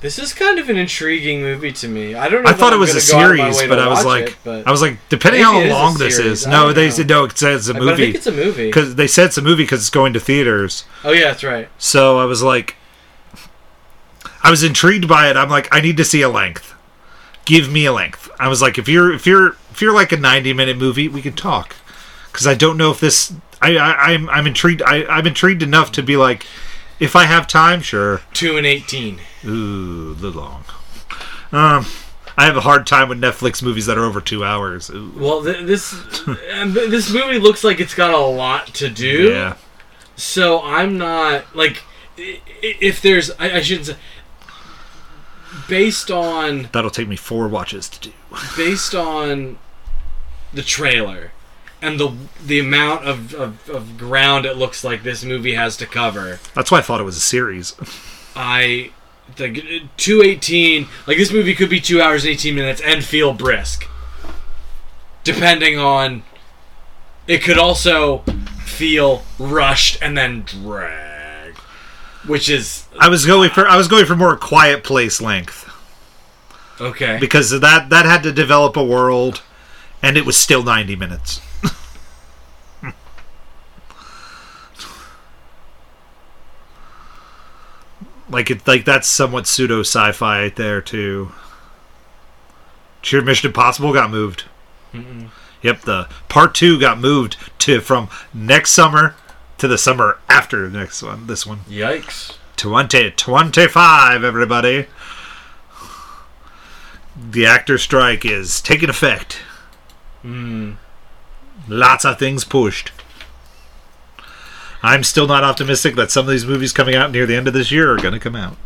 Speaker 3: "This is kind of an intriguing movie to me." I don't. know
Speaker 1: I
Speaker 3: that
Speaker 1: thought it
Speaker 3: I'm
Speaker 1: was a
Speaker 3: gonna go out of my
Speaker 1: series,
Speaker 3: way to
Speaker 1: but I was
Speaker 3: watch
Speaker 1: like,
Speaker 3: it, but,
Speaker 1: I was like, depending
Speaker 3: Maybe
Speaker 1: how
Speaker 3: it is a
Speaker 1: long this
Speaker 3: series,
Speaker 1: is.
Speaker 3: I
Speaker 1: No,
Speaker 3: don't
Speaker 1: they
Speaker 3: know.
Speaker 1: said no. It says a
Speaker 3: but I think
Speaker 1: movie
Speaker 3: it's a movie.
Speaker 1: because they said it's a movie because it's going to theaters.
Speaker 3: Oh yeah, that's right.
Speaker 1: So I was like, I was intrigued by it. I'm like, I need to see a length. Give me a length. I was like, if you're if you're if you're like a 90 minute movie, we can talk. Because I don't know if this. I, I I'm I'm intrigued. I I'm intrigued enough to be like, if I have time, sure.
Speaker 3: Two and eighteen.
Speaker 1: Ooh, the long. Um, I have a hard time with Netflix movies that are over two hours. Ooh.
Speaker 3: Well,
Speaker 1: (laughs)
Speaker 3: th- this and th- this movie looks like it's got a lot to do.
Speaker 1: Yeah,
Speaker 3: So I'm not like i- i- if there's I, I shouldn't say based on
Speaker 1: that'll take me four watches to do.
Speaker 3: based on the trailer and the the amount of, of, of ground it looks like this movie has to cover.
Speaker 1: That's why I thought it was a series.
Speaker 3: I the two eighteen like this movie could be two hours and eighteen minutes and feel brisk. Depending on it could also feel rushed and then drag. Which is
Speaker 1: I was going for I was going for more quiet place length
Speaker 3: okay.
Speaker 1: because that that had to develop a world, and it was still ninety minutes. like it like that's somewhat pseudo sci-fi right there too. Cheer Mission Impossible got moved. Yep, the part two got moved to from next summer to the summer after the next one. This one.
Speaker 3: Yikes.
Speaker 1: 2025, everybody. The actor strike is taking effect. Lots of things pushed. I'm still not optimistic that some of these movies coming out near the end of this year are going to come out.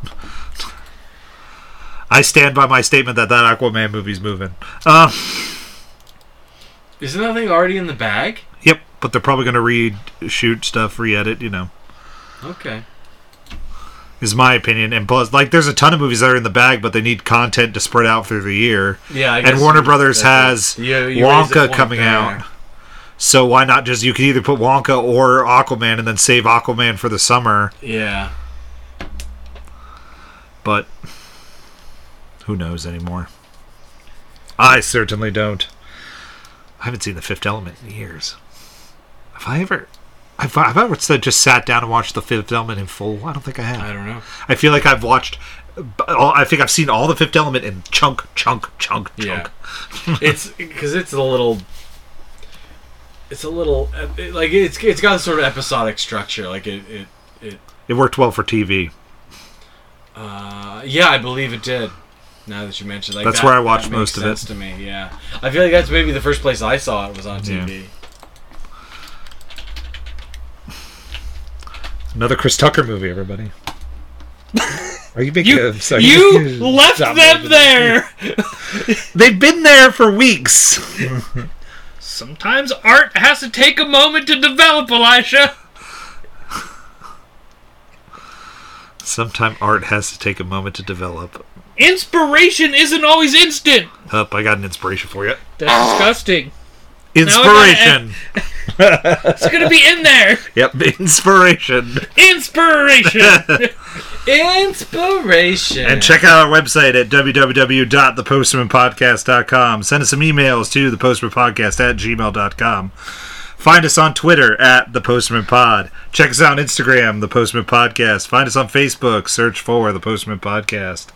Speaker 1: I stand by my statement that that Aquaman movie's moving. Uh,
Speaker 3: Isn't that thing already in the bag?
Speaker 1: yep, but they're probably going to reshoot stuff, re-edit, you know.
Speaker 3: Okay.
Speaker 1: Is my opinion, and plus, like, there's a ton of movies that are in the bag, but they need content to spread out through the year.
Speaker 3: Yeah, I
Speaker 1: and Warner Brothers has Wonka coming out. So why not just you could either put Wonka or Aquaman and then save Aquaman for the summer,
Speaker 3: Yeah.
Speaker 1: but who knows anymore? I certainly don't. I haven't seen The Fifth Element in years. Have I ever? Have I, have I ever said- just sat down and watched The Fifth Element in full? I don't think I have.
Speaker 3: I don't know.
Speaker 1: I feel like I've watched. I think I've seen all The Fifth Element in chunk, chunk, chunk, chunk.
Speaker 3: Yeah. (laughs) it's because it's a little. It's a little it- like it's it's got a sort of episodic structure. Like it it, it
Speaker 1: It worked well for TV.
Speaker 3: uh, yeah, I believe it did. Now that you mentioned, like
Speaker 1: That's
Speaker 3: that-
Speaker 1: where I
Speaker 3: that
Speaker 1: watched
Speaker 3: makes
Speaker 1: most of it.
Speaker 3: sense To me, yeah, I feel like that's maybe the first place I saw it was on
Speaker 1: Yeah.
Speaker 3: TV.
Speaker 1: Another Chris Tucker movie,
Speaker 2: (laughs)
Speaker 1: everybody. Are you making
Speaker 2: You
Speaker 1: a (laughs) sorry.
Speaker 2: you left
Speaker 1: Stop
Speaker 2: them
Speaker 1: moving.
Speaker 2: there.
Speaker 1: They've been there for weeks.
Speaker 2: Sometimes art has to take a moment to develop, Elisha.
Speaker 1: Sometime art has to take a moment to develop.
Speaker 2: Inspiration isn't always instant.
Speaker 1: Up, I got an inspiration for you.
Speaker 2: That's disgusting.
Speaker 1: Inspiration.
Speaker 2: It's gonna be in there.
Speaker 1: Yep, (laughs) inspiration.
Speaker 2: Inspiration. (laughs)
Speaker 3: Inspiration
Speaker 1: And check out our website at www.thepostermanpodcast.com. Send us some emails to thepostermanpodcast at gmail.com. Find us on Twitter at The Postman Pod. Check us out on Instagram, The Postman Podcast. Find us on Facebook, search for The Postman Podcast.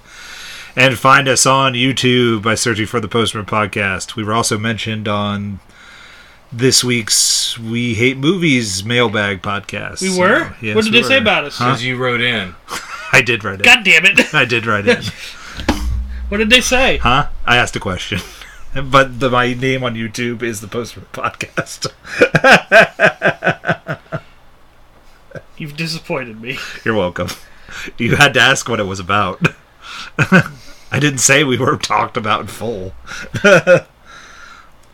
Speaker 1: And find us on YouTube by searching for The Postman Podcast. We were also mentioned on this week's We Hate Movies mailbag podcast.
Speaker 2: We were?
Speaker 1: So, yes,
Speaker 2: what did
Speaker 1: we
Speaker 2: they say
Speaker 1: were.
Speaker 2: about us?
Speaker 1: Huh?
Speaker 3: Because you wrote in.
Speaker 1: I did write it.
Speaker 2: God damn
Speaker 1: (laughs)
Speaker 2: it.
Speaker 1: I did write
Speaker 2: (laughs)
Speaker 1: it.
Speaker 2: What did they say?
Speaker 1: Huh? I asked a question. (laughs) But the, my name on YouTube is the Postman Podcast. (laughs)
Speaker 2: You've disappointed me.
Speaker 1: You're welcome. You had to ask what it was about. (laughs) I didn't say we were talked about in full. (laughs) I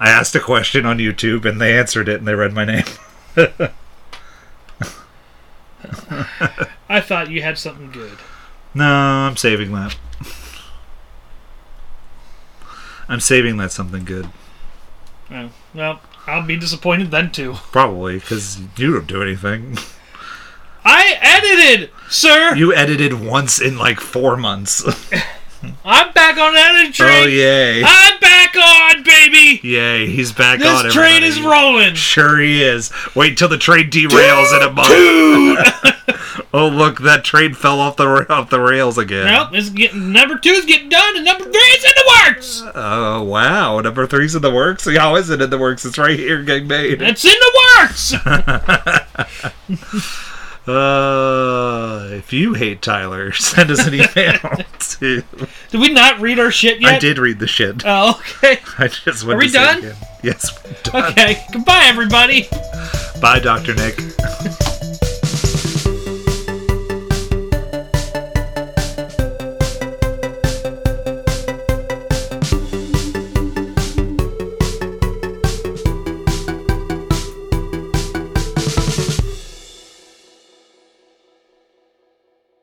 Speaker 1: asked a question on YouTube and they answered it and they read my name. (laughs)
Speaker 2: I thought you had something good.
Speaker 1: No, I'm saving that. (laughs) I'm saving that something good.
Speaker 2: Oh, well, I'll be disappointed then too.
Speaker 1: Probably, because you don't do anything. (laughs)
Speaker 2: I edited, sir.
Speaker 1: You edited once in like four months. (laughs)
Speaker 2: I'm back on editing train.
Speaker 1: oh, yay.
Speaker 2: I'm back on, baby.
Speaker 1: Yay, he's back
Speaker 2: This
Speaker 1: on
Speaker 2: train
Speaker 1: everybody.
Speaker 2: is rolling.
Speaker 1: Sure he is. Wait till the train derails in a month. (laughs) oh look, that train fell off the ra- off the rails again.
Speaker 2: Nope, it's getting number two's getting done, and number three is in the works.
Speaker 1: Oh wow, number three's in the works. How is it in the works? It's right here getting made.
Speaker 2: It's in the works. (laughs)
Speaker 1: Uh, if you hate Tyler, (laughs) send us an email.
Speaker 2: (laughs)
Speaker 1: to,
Speaker 2: Did we not read our shit yet?
Speaker 1: I did read the shit.
Speaker 2: Oh,
Speaker 1: (laughs)
Speaker 2: okay.
Speaker 1: I just went
Speaker 2: Are we
Speaker 1: to say it
Speaker 2: done?
Speaker 1: again. Yes. we're done.
Speaker 2: Okay. Goodbye, everybody.
Speaker 1: Bye, Doctor Nick.